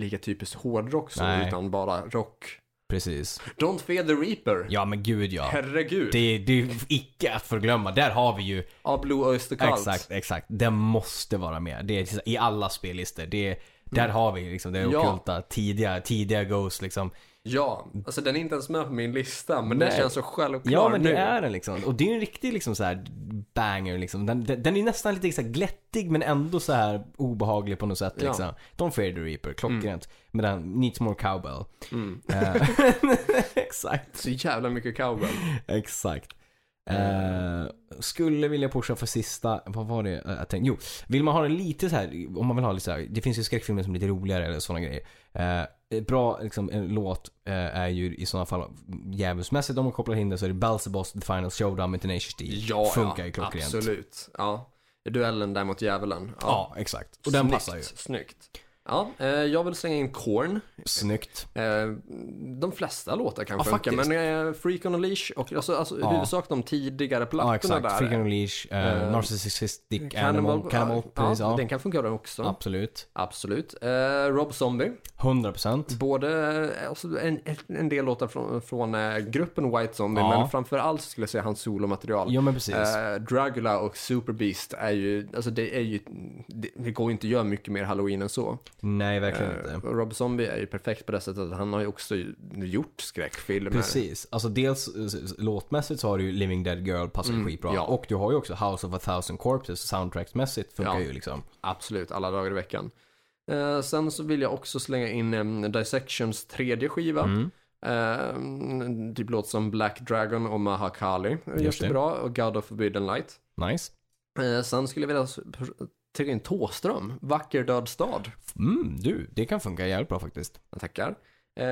[SPEAKER 1] lika typiskt hårdrock så,
[SPEAKER 2] Nej.
[SPEAKER 1] utan bara rock.
[SPEAKER 2] precis.
[SPEAKER 1] Don't fear the reaper.
[SPEAKER 2] Ja, men gud ja.
[SPEAKER 1] Herregud.
[SPEAKER 2] Det, det är icke att förglömma. Där har vi ju
[SPEAKER 1] Av Blue Oyster Cult.
[SPEAKER 2] Exakt, exakt. Den måste vara med. Det är i alla spellistor. Det är, där har vi liksom det
[SPEAKER 1] Ja.
[SPEAKER 2] ockulta, tidiga, tidiga Ghost liksom.
[SPEAKER 1] Ja, alltså den är inte ens med på min lista, men den
[SPEAKER 2] Nej.
[SPEAKER 1] känns så självklar
[SPEAKER 2] Ja men
[SPEAKER 1] nu.
[SPEAKER 2] det är den liksom. Och det är ju en riktig liksom så här banger liksom. Den, den, den är nästan lite så här glättig men ändå så här obehaglig på något sätt
[SPEAKER 1] Ja.
[SPEAKER 2] liksom. Don't fear the reaper, klockrent. Men den needs more cowbell.
[SPEAKER 1] Mm.
[SPEAKER 2] Eh, exakt.
[SPEAKER 1] Så jävla mycket cowbell.
[SPEAKER 2] Exakt. Eh, skulle vilja pusha för sista, vad var det jag tänkte? Jo, vill man ha en lite så här, om man vill ha lite så här, det finns ju skräckfilmer som är lite roligare eller sådana grejer. Eh, ett bra liksom, en låt eh, är ju i sådana fall djävulsmässigt om man kopplar in det så är det Balsabos The Final Showdown med Tenacious D.
[SPEAKER 1] Ja,
[SPEAKER 2] Funkar ju
[SPEAKER 1] ja,
[SPEAKER 2] klockrent.
[SPEAKER 1] absolut. Ja. Duellen där mot djävulen.
[SPEAKER 2] Ja, exakt. Och den
[SPEAKER 1] Snyggt,
[SPEAKER 2] passar ju.
[SPEAKER 1] Snyggt. Ja, eh, jag vill slänga in Korn.
[SPEAKER 2] Snyggt.
[SPEAKER 1] Eh, de flesta låtar kan
[SPEAKER 2] Ja,
[SPEAKER 1] funka,
[SPEAKER 2] faktiskt.
[SPEAKER 1] men eh, Freak on a Leash och alltså, alltså, i
[SPEAKER 2] Ja.
[SPEAKER 1] huvudsak de tidigare
[SPEAKER 2] Ja,
[SPEAKER 1] plattorna
[SPEAKER 2] exakt.
[SPEAKER 1] där.
[SPEAKER 2] Freak and Leash,
[SPEAKER 1] Eh,
[SPEAKER 2] Narcissistic Animal, Cannibal.
[SPEAKER 1] ja,
[SPEAKER 2] precis,
[SPEAKER 1] ja,
[SPEAKER 2] ja.
[SPEAKER 1] den kan funka den också.
[SPEAKER 2] Absolut.
[SPEAKER 1] Absolut. Eh, Rob Zombie.
[SPEAKER 2] 100%.
[SPEAKER 1] Både eh, alltså en, en del låtar från, från eh, gruppen White Zombie,
[SPEAKER 2] Ja.
[SPEAKER 1] men framför allt skulle jag säga hans solomaterial.
[SPEAKER 2] Ja men precis.
[SPEAKER 1] Eh, Dragula och Super Beast är ju, alltså det är ju, det, det går ju inte att göra mycket mer halloween än så.
[SPEAKER 2] Nej, verkligen inte.
[SPEAKER 1] Eh, och Rob Zombie är ju perfekt på det sättet att han har ju också ju- gjort skräckfilmer.
[SPEAKER 2] Precis. Alltså dels eh, s- s- låtmässigt så har du ju Living Dead Girl passar ju skitbra.
[SPEAKER 1] Mm, ja.
[SPEAKER 2] Och du har ju också House of a Thousand Corpses soundtracksmässigt funkar
[SPEAKER 1] Ja.
[SPEAKER 2] ju liksom.
[SPEAKER 1] Absolut, alla dagar i veckan. Eh, sen så vill jag också slänga in eh, Dissections tredje skiva.
[SPEAKER 2] Mm.
[SPEAKER 1] Eh, typ låt som Black Dragon och Mahakali gör
[SPEAKER 2] Just
[SPEAKER 1] sig
[SPEAKER 2] det.
[SPEAKER 1] bra och God of Forbidden Light.
[SPEAKER 2] Nice.
[SPEAKER 1] Eh, sen skulle jag vilja s- pr- trycka in Tåström, Vacker död stad.
[SPEAKER 2] Mm, du, det kan funka jävligt bra faktiskt.
[SPEAKER 1] Jag tackar. Eh,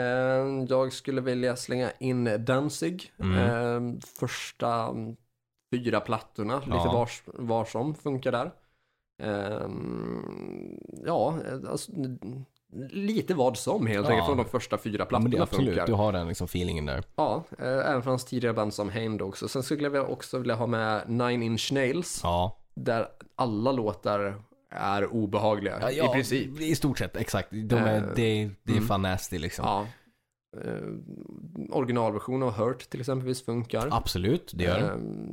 [SPEAKER 1] jag skulle vilja slänga in Danzig.
[SPEAKER 2] Mm.
[SPEAKER 1] Eh, första mm, fyra plattorna, lite
[SPEAKER 2] Ja.
[SPEAKER 1] vars, var som funkar där. Eh, ja, eh, alltså, lite vad som helt
[SPEAKER 2] Ja.
[SPEAKER 1] enkelt från de första fyra
[SPEAKER 2] Ja, men det,
[SPEAKER 1] plattorna
[SPEAKER 2] absolut,
[SPEAKER 1] funkar.
[SPEAKER 2] du har den liksom feelingen där.
[SPEAKER 1] Ja, eh, även från hans tidigare band som Heimd också. Sen skulle jag också vilja ha med Nine Inch Nails,
[SPEAKER 2] Ja.
[SPEAKER 1] där alla låtar är obehagliga i princip.
[SPEAKER 2] I stort sett, exakt. De är,
[SPEAKER 1] Eh,
[SPEAKER 2] det, det är fan nasty liksom.
[SPEAKER 1] Ja. Eh, originalversion av Hurt till exempelvis funkar.
[SPEAKER 2] Absolut, det gör det.
[SPEAKER 1] Eh,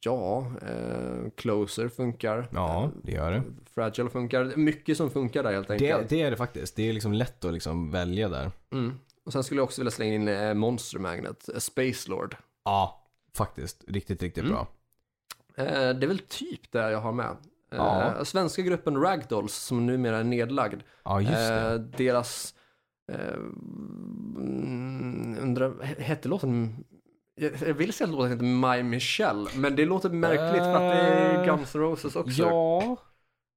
[SPEAKER 1] ja, eh, Closer funkar.
[SPEAKER 2] Ja, det gör det.
[SPEAKER 1] Fragile funkar. Mycket som funkar där helt enkelt.
[SPEAKER 2] det. Det är det faktiskt. Det är liksom lätt att liksom välja där.
[SPEAKER 1] Mm. Och sen skulle jag också vilja slänga in eh, Monster Magnet, eh, Space Lord.
[SPEAKER 2] Ja, faktiskt. Riktigt, riktigt
[SPEAKER 1] Mm.
[SPEAKER 2] bra.
[SPEAKER 1] Eh, det är väl typ det jag har med. Eh,
[SPEAKER 2] Ja.
[SPEAKER 1] Svenska gruppen Ragdolls som numera är nedlagd.
[SPEAKER 2] Ja, just det.
[SPEAKER 1] Eh, deras, eh, mm, undrar, he- hette låten, jag jag vill säga att låten heter My Michelle, men det låter märkligt för att det är
[SPEAKER 2] Eh,
[SPEAKER 1] Guns N' Roses också.
[SPEAKER 2] Ja,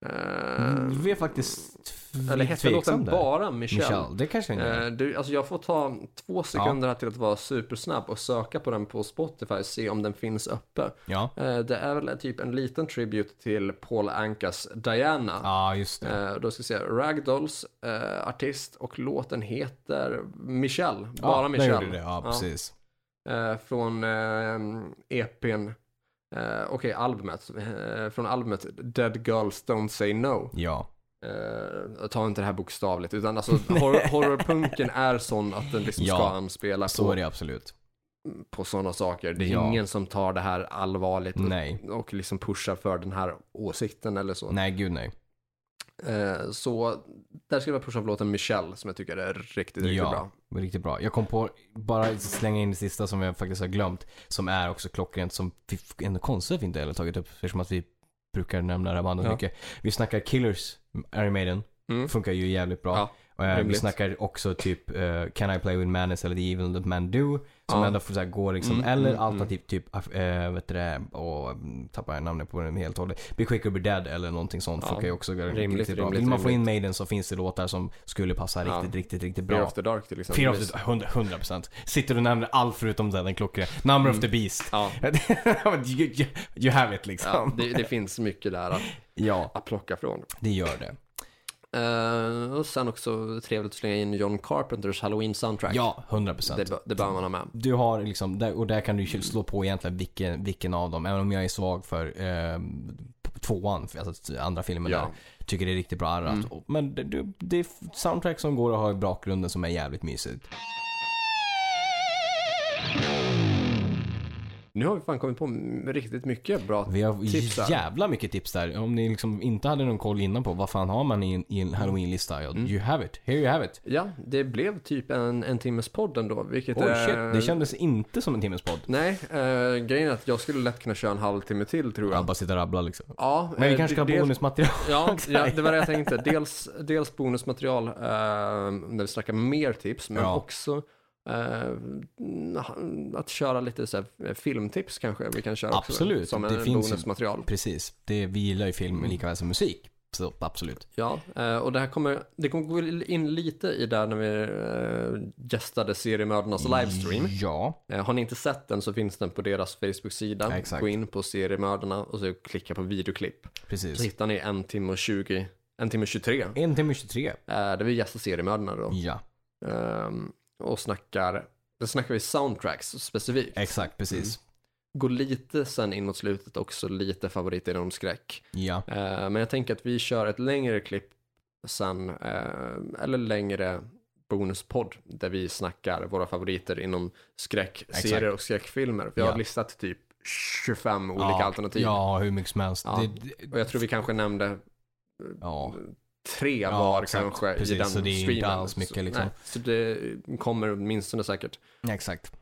[SPEAKER 1] Eh,
[SPEAKER 2] vi är faktiskt tv-
[SPEAKER 1] eller hette
[SPEAKER 2] tveksam
[SPEAKER 1] låten
[SPEAKER 2] där.
[SPEAKER 1] bara Michelle?
[SPEAKER 2] Michelle, det kanske den gör.
[SPEAKER 1] Eh, du, alltså jag får ta två sekunder här till att vara supersnabb och söka på den på Spotify och se om den finns uppe.
[SPEAKER 2] Ja,
[SPEAKER 1] Eh, det är väl typ en liten tribute till Paul Ankas Diana.
[SPEAKER 2] ja just det.
[SPEAKER 1] Eh, då ska vi se, Ragdolls, eh, artist och låten heter Michelle, bara
[SPEAKER 2] ja, där
[SPEAKER 1] Michelle.
[SPEAKER 2] gjorde det. Ja, precis.
[SPEAKER 1] Eh, från eh, EPn, eh, okej albumet, eh, från albumet Dead Girls Don't Say No.
[SPEAKER 2] Ja.
[SPEAKER 1] Eh, ta inte det här bokstavligt, utan alltså hor- horrorpunken är sån att den liksom
[SPEAKER 2] Ja,
[SPEAKER 1] ska anspela
[SPEAKER 2] Så är
[SPEAKER 1] på,
[SPEAKER 2] det absolut.
[SPEAKER 1] på sådana saker. Det är
[SPEAKER 2] Ja.
[SPEAKER 1] ingen som tar det här allvarligt
[SPEAKER 2] Nej.
[SPEAKER 1] och, och liksom pushar för den här åsikten eller så.
[SPEAKER 2] Nej, gud nej.
[SPEAKER 1] Eh, så där ska jag pusha för låten Michelle som jag tycker är riktigt, riktigt
[SPEAKER 2] ja,
[SPEAKER 1] bra.
[SPEAKER 2] men Riktigt bra. Jag kom på, bara slänga in det sista som jag faktiskt har glömt, som är också klockrent, som vi f- ändå konstigt att vi inte heller tagit upp, eftersom att vi brukar nämna det här bandet
[SPEAKER 1] Ja.
[SPEAKER 2] mycket. Vi snackar Killers, Iron Maiden,
[SPEAKER 1] Mm.
[SPEAKER 2] funkar ju jävligt bra.
[SPEAKER 1] Ja,
[SPEAKER 2] Och, eh, vi
[SPEAKER 1] rimligt.
[SPEAKER 2] snackar också typ eh, Can I Play With Madness eller The Evil That Man Do, som
[SPEAKER 1] Ja.
[SPEAKER 2] ändå får så här, gå liksom,
[SPEAKER 1] Mm,
[SPEAKER 2] eller
[SPEAKER 1] mm,
[SPEAKER 2] alternativt typ, äh, vet du det, och mm, tappar jag namnet på den helt och hållet. Be Quick or Be Dead eller någonting sånt
[SPEAKER 1] Ja.
[SPEAKER 2] funkar ju också
[SPEAKER 1] Rimligt,
[SPEAKER 2] riktigt bra.
[SPEAKER 1] rimligt,
[SPEAKER 2] Vill man få in
[SPEAKER 1] rimligt.
[SPEAKER 2] Maiden så finns det låtar som skulle passa
[SPEAKER 1] Ja.
[SPEAKER 2] riktigt, riktigt, riktigt
[SPEAKER 1] Fear
[SPEAKER 2] bra.
[SPEAKER 1] of the Dark till exempel.
[SPEAKER 2] Fear of the 100 100%. Sitter och nämner allt förutom den, den klockren. Number
[SPEAKER 1] Mm.
[SPEAKER 2] of the Beast.
[SPEAKER 1] Ja,
[SPEAKER 2] you, you, you have it liksom.
[SPEAKER 1] ja det, det finns mycket där att,
[SPEAKER 2] Ja,
[SPEAKER 1] att plocka från.
[SPEAKER 2] det gör det.
[SPEAKER 1] Eh, och sen också trevligt att slänga in John Carpenters Halloween soundtrack.
[SPEAKER 2] Ja, 100%.
[SPEAKER 1] Det, bör- det bör man ha med.
[SPEAKER 2] du har liksom, där, och där kan du ju slå på egentligen vilken, vilken av dem. Även om jag är svag för eh, tvåan, för alltså andra filmen
[SPEAKER 1] Ja. Mm.
[SPEAKER 2] där. Tycker det är riktigt bra arrat. Och- Men det, det, det är f- soundtrack som går att ha i bakgrunden som är jävligt mysigt.
[SPEAKER 1] Nu har vi fan kommit på m- riktigt mycket bra.
[SPEAKER 2] Vi har
[SPEAKER 1] Tips där.
[SPEAKER 2] jävla mycket tips där. Om ni liksom inte hade någon koll innan på vad fan har man i en, i en halloween-lista?
[SPEAKER 1] Mm.
[SPEAKER 2] Ja, You have it. Here you have it.
[SPEAKER 1] Ja, det blev typ en, en timmes podd ändå, vilket
[SPEAKER 2] Oj
[SPEAKER 1] är...
[SPEAKER 2] shit, det kändes inte som en timmes podd.
[SPEAKER 1] Nej, eh, grejen är att jag skulle lätt kunna köra en halvtimme till tror
[SPEAKER 2] Jag
[SPEAKER 1] jag.
[SPEAKER 2] bara sitter och rabblar liksom.
[SPEAKER 1] Ja,
[SPEAKER 2] Men vi
[SPEAKER 1] eh,
[SPEAKER 2] kanske ska ha
[SPEAKER 1] det- det-
[SPEAKER 2] bonusmaterial.
[SPEAKER 1] Ja, ja, det var det jag tänkte. Dels, dels bonusmaterial eh, när vi snackar mer tips, men
[SPEAKER 2] Ja.
[SPEAKER 1] också eh, att köra lite så här, eh, filmtips kanske vi kan köra också.
[SPEAKER 2] Absolut,
[SPEAKER 1] Som
[SPEAKER 2] det
[SPEAKER 1] en
[SPEAKER 2] finns ju-
[SPEAKER 1] bonusmaterial.
[SPEAKER 2] Precis, det, vi gillar ju film lika väl som musik. Så absolut.
[SPEAKER 1] Ja, eh, och det här kommer, det kommer gå in lite i där när vi eh, gästade Seriemördarnas
[SPEAKER 2] Mm.
[SPEAKER 1] livestream.
[SPEAKER 2] Ja,
[SPEAKER 1] Eh, Har ni inte sett den så finns den på deras Facebook-sida.
[SPEAKER 2] Exakt.
[SPEAKER 1] Gå in på seriemördarna och så klicka på videoklipp. Så
[SPEAKER 2] precis.
[SPEAKER 1] hittar ni en timme och 20, en timme och 23. Eh,
[SPEAKER 2] En timme och 23.
[SPEAKER 1] Där vi gästar seriemördarna då.
[SPEAKER 2] Ja,
[SPEAKER 1] Ehm, och snackar, där snackar vi soundtracks specifikt.
[SPEAKER 2] exakt, precis.
[SPEAKER 1] Går lite sen in mot slutet också, lite favorit inom skräck.
[SPEAKER 2] Ja,
[SPEAKER 1] Eh, men jag tänker att vi kör ett längre klipp sen, eh, eller längre bonuspodd där vi snackar våra favoriter inom skräckserier och skräckfilmer. Vi har
[SPEAKER 2] Ja.
[SPEAKER 1] listat typ 25 olika
[SPEAKER 2] ja,
[SPEAKER 1] alternativ.
[SPEAKER 2] Ja, hur mycket som helst.
[SPEAKER 1] Ja.
[SPEAKER 2] Det, det,
[SPEAKER 1] Och jag tror vi kanske nämnde
[SPEAKER 2] ja.
[SPEAKER 1] tre
[SPEAKER 2] Ja,
[SPEAKER 1] var
[SPEAKER 2] exakt.
[SPEAKER 1] kanske
[SPEAKER 2] Precis,
[SPEAKER 1] i den
[SPEAKER 2] så det är inte
[SPEAKER 1] streamen.
[SPEAKER 2] alls mycket,
[SPEAKER 1] så,
[SPEAKER 2] liksom.
[SPEAKER 1] nej, så det kommer åtminstone säkert
[SPEAKER 2] exakt.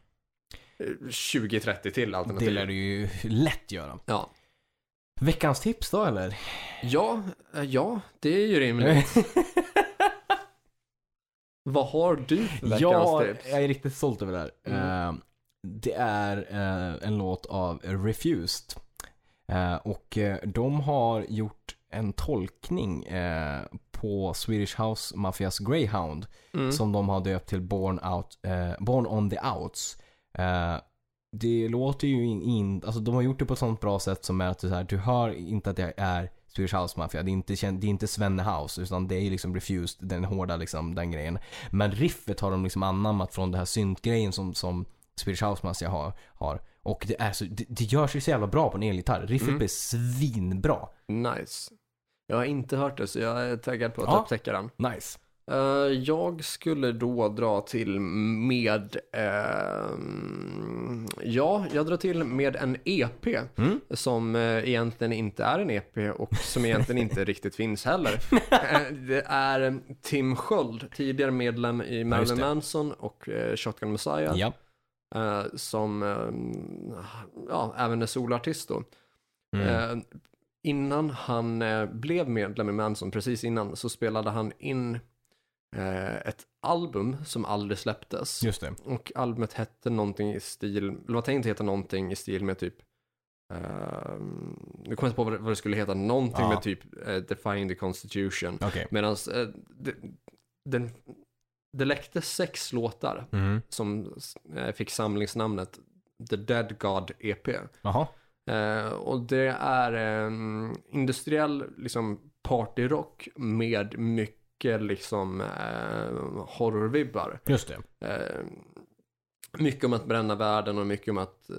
[SPEAKER 1] eh, 20-30 till
[SPEAKER 2] Det
[SPEAKER 1] alternativ.
[SPEAKER 2] lär du ju lätt göra.
[SPEAKER 1] Ja.
[SPEAKER 2] Veckans tips då eller?
[SPEAKER 1] Ja, eh, ja, det är ju rimligt. Vad har du för veckans
[SPEAKER 2] ja,
[SPEAKER 1] tips?
[SPEAKER 2] jag är riktigt stolt över det här.
[SPEAKER 1] Mm.
[SPEAKER 2] Eh, det är eh, en låt av Refused. Eh, och eh, de har gjort en tolkning eh, på Swedish House Mafias Greyhound
[SPEAKER 1] Mm.
[SPEAKER 2] som de har döpt till Born, Out, eh, Born on the Outs. Eh, det låter ju in, in, alltså de har gjort det på ett sånt bra sätt som är att du, så här, du hör inte att det är Swedish House Mafia. Det är inte, känd- det är inte Svenne House utan det är liksom Refused, den hårda liksom, den grejen. Men riffet har de liksom anammat från den här syntgrejen som, som Swedish House Mafia har. har. Och det, är så, det, det gör sig så jävla bra på en elgitarr. Riffet
[SPEAKER 1] Mm.
[SPEAKER 2] blir svinbra.
[SPEAKER 1] Nice. Jag har inte hört det så jag är taggad på att
[SPEAKER 2] Ja.
[SPEAKER 1] upptäcka den.
[SPEAKER 2] Nice.
[SPEAKER 1] Eh, jag skulle då dra till med, eh, ja, jag drar till med en EP
[SPEAKER 2] Mm.
[SPEAKER 1] som eh, egentligen inte är en EP och som egentligen inte riktigt finns heller. Eh, det är Tim Sköld, tidigare medlem i
[SPEAKER 2] just
[SPEAKER 1] Marilyn
[SPEAKER 2] det.
[SPEAKER 1] Manson och eh, Shotgun Messiah.
[SPEAKER 2] Ja.
[SPEAKER 1] eh, som eh, ja, även är solartist då.
[SPEAKER 2] Mm.
[SPEAKER 1] Eh, innan han eh, blev medlem i Manson, precis innan, så spelade han in eh, ett album som aldrig släpptes.
[SPEAKER 2] Just det.
[SPEAKER 1] Och albumet hette någonting i stil, eller var tänkt att heta någonting i stil med typ eh, nu kommer jag inte på vad det, vad det skulle heta, någonting
[SPEAKER 2] Ja.
[SPEAKER 1] med typ eh, Defying the Constitution.
[SPEAKER 2] Okej.
[SPEAKER 1] Medan eh, det, den, det läckte sex låtar
[SPEAKER 2] Mm.
[SPEAKER 1] som eh, fick samlingsnamnet The Dead God E EP.
[SPEAKER 2] Jaha.
[SPEAKER 1] Eh, och det är eh, industriell liksom, partyrock med mycket liksom, eh, horrorvibbar.
[SPEAKER 2] Just det.
[SPEAKER 1] Eh, mycket om att bränna världen och mycket om att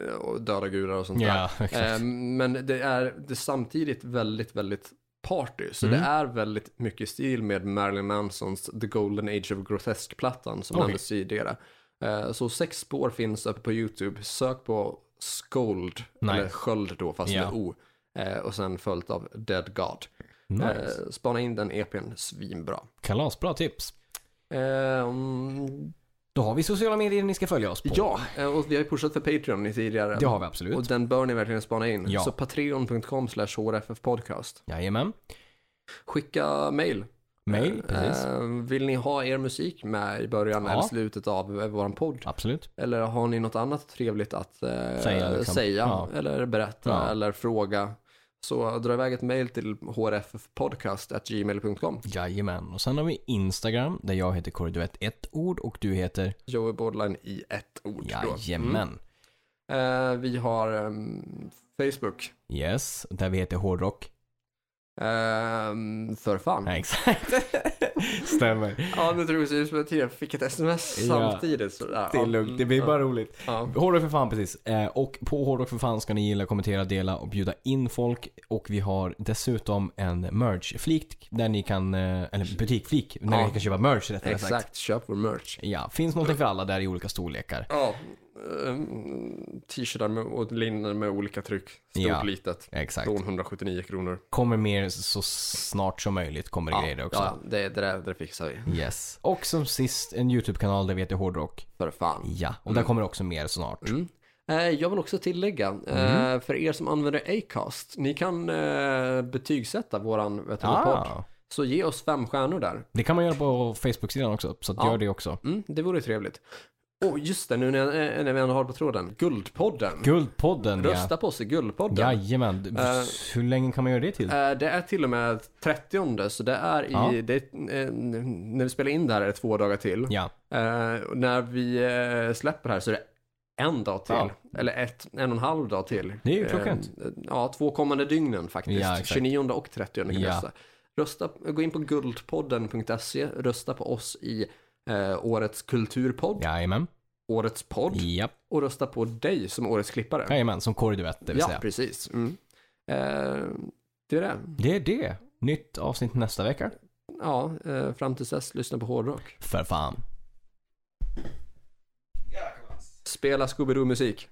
[SPEAKER 1] eh, och döda gudar och sånt
[SPEAKER 2] Ja,
[SPEAKER 1] där. Eh,
[SPEAKER 2] exakt.
[SPEAKER 1] men det är, det är samtidigt väldigt, väldigt party. Så
[SPEAKER 2] Mm.
[SPEAKER 1] det är väldigt mycket i stil med Marilyn Mansons The Golden Age of Grotesque-plattan som
[SPEAKER 2] Okej.
[SPEAKER 1] nämndes tidigare. Eh, så sex spår finns uppe på YouTube. Sök på Scold,
[SPEAKER 2] Nice.
[SPEAKER 1] eller Sköld då, fast
[SPEAKER 2] Ja.
[SPEAKER 1] med O. Eh, och sen följt av Dead God.
[SPEAKER 2] Nice.
[SPEAKER 1] Eh, spana in den EPn, svinbra.
[SPEAKER 2] Kalas, bra tips.
[SPEAKER 1] Eh,
[SPEAKER 2] Ehm,
[SPEAKER 1] mm,
[SPEAKER 2] Då har vi sociala medier ni ska följa oss på.
[SPEAKER 1] ja, eh, och vi har ju pushat för Patreon i tidigare.
[SPEAKER 2] Det har vi absolut.
[SPEAKER 1] Och den bör ni verkligen spana in.
[SPEAKER 2] Ja.
[SPEAKER 1] Så patreon.com slash hrffpodcast.
[SPEAKER 2] Jajamän.
[SPEAKER 1] Skicka mail.
[SPEAKER 2] Mail, precis.
[SPEAKER 1] Eh, vill ni ha er musik med i början
[SPEAKER 2] Ja.
[SPEAKER 1] eller slutet av eh, våran podd?
[SPEAKER 2] Absolut.
[SPEAKER 1] Eller har ni något annat trevligt att eh,
[SPEAKER 2] Säga, liksom.
[SPEAKER 1] säga
[SPEAKER 2] Ja.
[SPEAKER 1] eller berätta
[SPEAKER 2] Ja.
[SPEAKER 1] eller fråga? Så dra iväg ett mail till hrffpodcast.gmail.com.
[SPEAKER 2] Jajamän. Och sen har vi Instagram där jag heter Korriduett ett ord och du heter
[SPEAKER 1] Joey Borderline i ett ord. då.
[SPEAKER 2] Jajamän.
[SPEAKER 1] Eh, vi har ehm, Facebook.
[SPEAKER 2] Yes, där vi heter Hårdrock.
[SPEAKER 1] Ehm, för fan.
[SPEAKER 2] Nej, exakt. Stämmer.
[SPEAKER 1] Ja, nu drog det sig ut som att jag fick ett sms
[SPEAKER 2] Ja.
[SPEAKER 1] samtidigt. Sådär.
[SPEAKER 2] Det är
[SPEAKER 1] Ja,
[SPEAKER 2] lugnt, det
[SPEAKER 1] mm,
[SPEAKER 2] blir
[SPEAKER 1] ja,
[SPEAKER 2] bara roligt.
[SPEAKER 1] Ja.
[SPEAKER 2] Hårdrock för fan precis. Eh, Och på Hårdrock för fan ska ni gilla, kommentera, dela och bjuda in folk. Och vi har dessutom en merch-flik där ni kan, eh, eller butikflik, där
[SPEAKER 1] Ja.
[SPEAKER 2] ni kan köpa merch rättare sagt.
[SPEAKER 1] Exakt, köp vår merch.
[SPEAKER 2] Ja, finns någonting för alla där i olika storlekar.
[SPEAKER 1] Ja, eh, t-shirtar med- och linner med olika tryck. Stort,
[SPEAKER 2] Ja.
[SPEAKER 1] litet.
[SPEAKER 2] Exakt.
[SPEAKER 1] Från 179 kronor.
[SPEAKER 2] Kommer mer så snart som möjligt kommer det grejer där också.
[SPEAKER 1] ja det, det, där, det fixar vi.
[SPEAKER 2] Yes. Och som sist en YouTube-kanal där vi heter Hårdrock.
[SPEAKER 1] För fan.
[SPEAKER 2] Ja, och där kommer det också mer snart.
[SPEAKER 1] Eh, Jag vill också tillägga,
[SPEAKER 2] Mm.
[SPEAKER 1] eh, för er som använder Acast, ni kan eh, betygsätta våran veteranpodd.
[SPEAKER 2] Ah,
[SPEAKER 1] Så ge oss fem stjärnor där.
[SPEAKER 2] det kan man göra på Facebook-sidan också, så att
[SPEAKER 1] Ja.
[SPEAKER 2] gör det också.
[SPEAKER 1] Mm, det vore trevligt. Och just det, nu när, jag, eh, när vi ändå har på tråden. Guldpodden.
[SPEAKER 2] Guldpodden
[SPEAKER 1] Rösta på oss i Guldpodden.
[SPEAKER 2] ja. Jajamän. Du-
[SPEAKER 1] Eh.
[SPEAKER 2] Hur länge kan man göra det till?
[SPEAKER 1] Eh, Det är till och med 30 så det är i,
[SPEAKER 2] Ja.
[SPEAKER 1] det, är, eh, när vi spelar in det här är det två dagar till.
[SPEAKER 2] ja.
[SPEAKER 1] Eh, och när vi eh, släpper här så är det en dag till.
[SPEAKER 2] Ja.
[SPEAKER 1] Eller ett, en och en halv dag till.
[SPEAKER 2] Det är ju klockrent.
[SPEAKER 1] Eh, ja, två kommande dygnen faktiskt.
[SPEAKER 2] Ja, exakt.
[SPEAKER 1] 29 och 30 kan
[SPEAKER 2] Ja.
[SPEAKER 1] ja. rösta. rösta. Gå in på guldpodden.se, rösta på oss i eh, årets kulturpodd,
[SPEAKER 2] Jajamän.
[SPEAKER 1] årets podd
[SPEAKER 2] Japp.
[SPEAKER 1] och rösta på dig som årets klippare.
[SPEAKER 2] Jajamän, som Kåre Duett, det vill
[SPEAKER 1] ja,
[SPEAKER 2] säga.
[SPEAKER 1] precis. Mm. Eh, det är det.
[SPEAKER 2] Det är det. Nytt avsnitt nästa vecka.
[SPEAKER 1] Ja, eh, fram till dess, lyssna på hårdrock.
[SPEAKER 2] För fan.
[SPEAKER 1] Spela Scooby-Doo-musik.